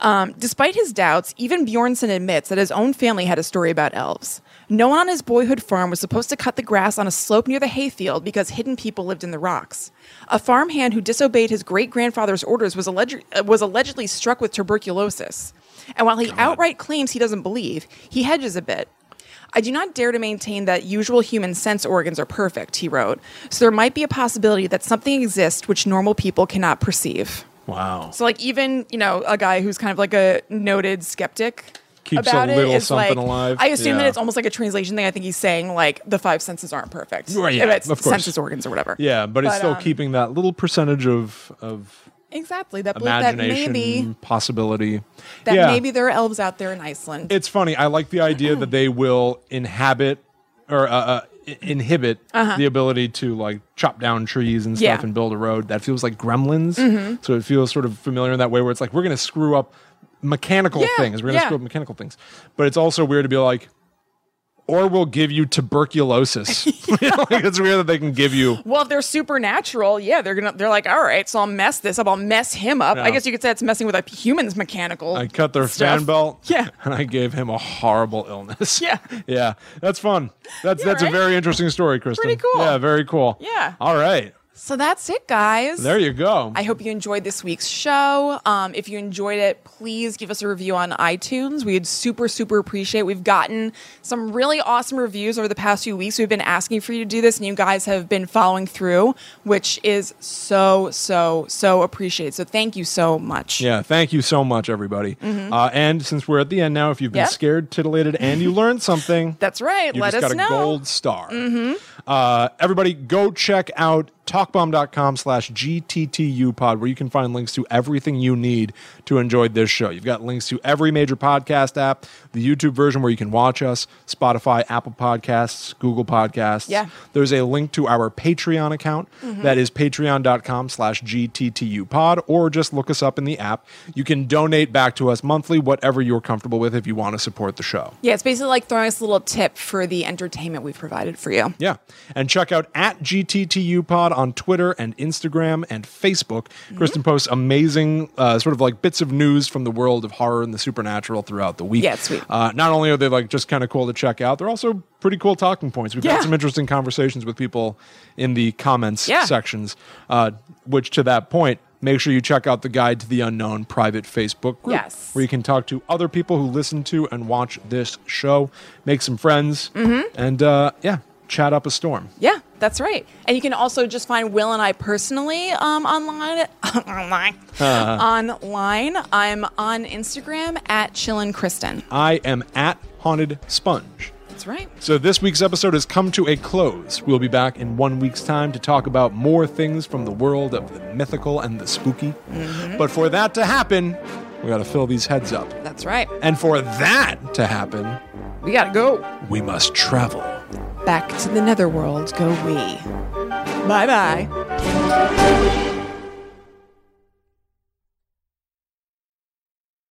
Speaker 1: um, despite his doubts, even Bjornson admits that his own family had a story about elves. No one on his boyhood farm was supposed to cut the grass on a slope near the hayfield because hidden people lived in the rocks. A farmhand who disobeyed his great grandfather's orders was, alleged, uh, was allegedly struck with tuberculosis. And while he outright claims he doesn't believe, he hedges a bit. I do not dare to maintain that usual human sense organs are perfect, he wrote, so there might be a possibility that something exists which normal people cannot perceive.
Speaker 2: wow.
Speaker 1: So like even you know a guy who's kind of like a noted skeptic
Speaker 2: Keeps a
Speaker 1: about it
Speaker 2: little
Speaker 1: is like
Speaker 2: something alive.
Speaker 1: I assume that
Speaker 2: Yeah.
Speaker 1: it's almost like a translation thing. I think he's saying like the five senses aren't perfect.
Speaker 2: Right, yeah,
Speaker 1: If it's
Speaker 2: of course.
Speaker 1: senses organs or whatever.
Speaker 2: yeah, but, it's
Speaker 1: but,
Speaker 2: still
Speaker 1: um,
Speaker 2: keeping that little percentage of of
Speaker 1: exactly that belief that
Speaker 2: imagination
Speaker 1: maybe
Speaker 2: possibility.
Speaker 1: that
Speaker 2: yeah.
Speaker 1: maybe there are elves out there in Iceland.
Speaker 2: it's funny. I like the idea that they will inhabit or uh, uh, i- inhibit the ability to like chop down trees and stuff
Speaker 1: Uh-huh. Yeah. Mm-hmm.
Speaker 2: and build a road. That feels like Gremlins. So it feels sort of familiar in that way, where it's like we're going to screw up mechanical
Speaker 1: Yeah,
Speaker 2: things. We're going to
Speaker 1: yeah.
Speaker 2: screw up mechanical things. But it's also weird to be like. Or we'll give you tuberculosis. like, it's weird that they can give you.
Speaker 1: well, if they're supernatural, yeah, they're gonna they're like, all right, so I'll mess this up. I'll mess him up.
Speaker 2: Yeah.
Speaker 1: I guess you could say it's messing with a human's mechanical.
Speaker 2: I cut their
Speaker 1: stuff.
Speaker 2: fan belt.
Speaker 1: Yeah.
Speaker 2: And I gave him a horrible illness.
Speaker 1: Yeah.
Speaker 2: yeah. That's fun. That's that's a
Speaker 1: right?
Speaker 2: very interesting story, Kristen.
Speaker 1: Pretty cool.
Speaker 2: Yeah, very cool.
Speaker 1: Yeah.
Speaker 2: All right.
Speaker 1: So that's it, guys.
Speaker 2: There you go.
Speaker 1: I hope you enjoyed this week's show. Um, if you enjoyed it, please give us a review on iTunes. We'd super, super appreciate. it. We've gotten some really awesome reviews over the past few weeks. We've been asking for you to do this, and you guys have been following through, which is so, so, so appreciated. So thank you so much.
Speaker 2: Yeah, thank you so much, everybody. Uh, and since we're at the end now, if you've been
Speaker 1: Mm-hmm. Yeah.
Speaker 2: scared, titillated, and you learned something,
Speaker 1: That's right.
Speaker 2: you
Speaker 1: Let
Speaker 2: just
Speaker 1: us
Speaker 2: got
Speaker 1: know. Mm-hmm.
Speaker 2: a gold star. Uh, everybody, go check out talkbomb.com slash GTTU pod, where you can find links to everything you need to enjoy this show. You've got links to every major podcast app, the YouTube version where you can watch us, Spotify, Apple Podcasts, Google Podcasts.
Speaker 1: Yeah. Mm-hmm.
Speaker 2: There's a link to our Patreon account. That is patreon.com slash GTTU pod, or just look us up in the app. You can donate back to us monthly, whatever you're comfortable with if you want to support the show.
Speaker 1: Yeah, it's basically like throwing us a little tip for the entertainment we've provided for you.
Speaker 2: Yeah. And check out at GTTU pod on Twitter and Instagram and Facebook.
Speaker 1: Mm-hmm.
Speaker 2: Kristen posts amazing, uh, sort of like bits of news from the world of horror and the supernatural throughout the week.
Speaker 1: Yeah, it's sweet.
Speaker 2: Uh, not only are they like just kind of cool to check out, they're also pretty cool talking points. We've
Speaker 1: Yeah.
Speaker 2: had some interesting conversations with people in the comments
Speaker 1: Yeah.
Speaker 2: sections, uh, which to that point, Make sure you check out the Guide to the Unknown private Facebook group
Speaker 1: Yes.
Speaker 2: where you can talk to other people who listen to and watch this show, make some friends, and uh, yeah, chat up a storm.
Speaker 1: Yeah, that's right. And you can also just find Will and I personally um, online. online. Online. I'm on Instagram at Chillin' Kristen.
Speaker 2: I am at Haunted Sponge.
Speaker 1: That's right.
Speaker 2: So this week's episode has come to a close. We'll be back in one week's time to talk about more things from the world of the mythical and the spooky. But for that to happen, we got to fill these heads up.
Speaker 1: That's right.
Speaker 2: And for that to happen,
Speaker 1: We gotta go.
Speaker 2: we must travel.
Speaker 1: Back to the netherworld, go we. Bye bye.